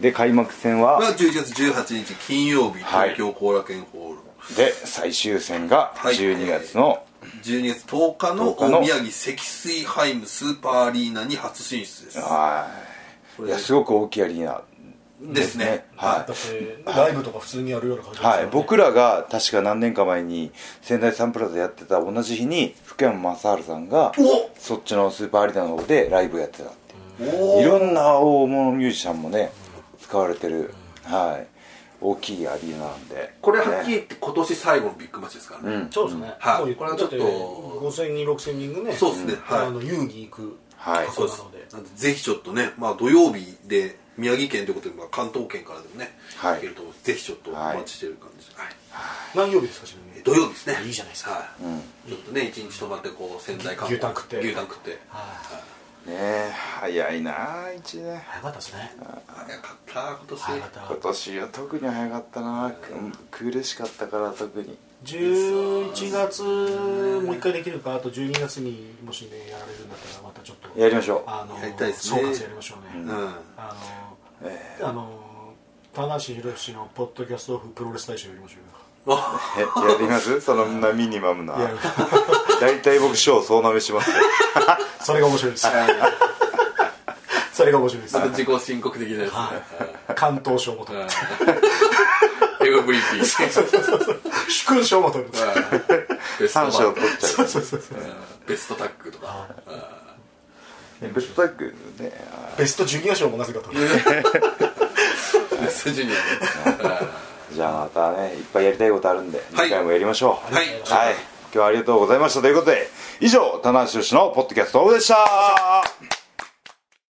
[SPEAKER 1] で開幕戦は、
[SPEAKER 2] まあ11月18日金曜日
[SPEAKER 1] はい
[SPEAKER 2] 東京後楽園ホール
[SPEAKER 1] で最終戦が
[SPEAKER 2] はい
[SPEAKER 1] 12月の、
[SPEAKER 2] 12月10日の
[SPEAKER 1] 10日の
[SPEAKER 2] 宮城積水ハイムスーパーアリーナに初進出です
[SPEAKER 1] はい、
[SPEAKER 2] これ
[SPEAKER 1] いやすごく大きいアリーナ
[SPEAKER 2] ですね
[SPEAKER 1] は
[SPEAKER 3] だってライブとか普通にやるような感じ
[SPEAKER 1] い、
[SPEAKER 3] ですよ
[SPEAKER 1] はい、僕らが確か何年か前に仙台サンプラザやってた同じ日に福山雅治さんが
[SPEAKER 2] お
[SPEAKER 1] そっちのスーパーアリーナの方でライブやってたっていう
[SPEAKER 2] お
[SPEAKER 1] いろ
[SPEAKER 2] ー
[SPEAKER 1] んな大物ミュージシャンもね使われてる、はい、大きいアリーナなんで
[SPEAKER 2] これはっきり
[SPEAKER 1] ね
[SPEAKER 2] 言って今年最後のビッグマッチですからね、
[SPEAKER 1] うん
[SPEAKER 3] そうですね、
[SPEAKER 2] はい
[SPEAKER 3] もう
[SPEAKER 2] これはちょっと
[SPEAKER 3] だて5000人6000人がね
[SPEAKER 2] そうですねはい
[SPEAKER 3] あの遊戯行く
[SPEAKER 1] はい
[SPEAKER 2] そうで
[SPEAKER 3] そうな
[SPEAKER 2] す
[SPEAKER 3] ので
[SPEAKER 2] なんでぜひちょっとね、まあ、土曜日で宮城県ということで、まあ、関東圏からでもね、
[SPEAKER 1] はい
[SPEAKER 2] 行けると思うぜひちょっとお待ちしてる感じで、はい
[SPEAKER 3] 何曜日ですかちなみ
[SPEAKER 2] え
[SPEAKER 3] に
[SPEAKER 2] 土曜日ですね
[SPEAKER 3] いいじゃないですか
[SPEAKER 2] はいちょっとね一日泊まってこう仙台観
[SPEAKER 3] 牛タン食って
[SPEAKER 2] 牛タン食って
[SPEAKER 3] は
[SPEAKER 1] ね早いなあ一年
[SPEAKER 3] い早かったですね
[SPEAKER 2] 早かった今年
[SPEAKER 3] 早かった
[SPEAKER 1] 今年は特に早かったなく苦しかったから特に
[SPEAKER 3] 11月もう一回できるかあと12月にもしねやられるんだったらまたちょっと
[SPEAKER 1] やりましょう
[SPEAKER 3] あの
[SPEAKER 2] やりたいですね
[SPEAKER 3] 総括やりましょうね、
[SPEAKER 2] うん、
[SPEAKER 3] あの、あの棚橋宏氏のポッドキャストオフプロレス大賞やりましょ
[SPEAKER 2] あ
[SPEAKER 1] えやり
[SPEAKER 3] [LAUGHS]
[SPEAKER 1] ますそんなミニマムな
[SPEAKER 3] うよいや
[SPEAKER 1] 大体僕賞総なめしますよ
[SPEAKER 3] それが面白いです [LAUGHS] それが面白いです
[SPEAKER 2] ちょっ [LAUGHS] と自己申告的なやつね
[SPEAKER 3] 関東賞
[SPEAKER 2] [LAUGHS]
[SPEAKER 3] も取
[SPEAKER 2] は
[SPEAKER 3] る
[SPEAKER 2] い
[SPEAKER 1] [LAUGHS]
[SPEAKER 2] MVP
[SPEAKER 3] 主君賞も取る
[SPEAKER 2] ベスト
[SPEAKER 1] 三
[SPEAKER 2] バ
[SPEAKER 1] 賞
[SPEAKER 2] ッ
[SPEAKER 1] 取っちゃう
[SPEAKER 3] そうそうそう
[SPEAKER 2] ベストタッグとか
[SPEAKER 1] ベストタッグねあ
[SPEAKER 3] ベストジュニア賞もなぜか取る
[SPEAKER 2] ベストジュニアねはい
[SPEAKER 1] ーじゃあまたねいっぱいやりたいことあるんで
[SPEAKER 2] はい
[SPEAKER 1] 次回もやりましょう
[SPEAKER 2] はい
[SPEAKER 1] はい今日はありがとうございましたということで以上棚橋宏のポッドキャストオフでした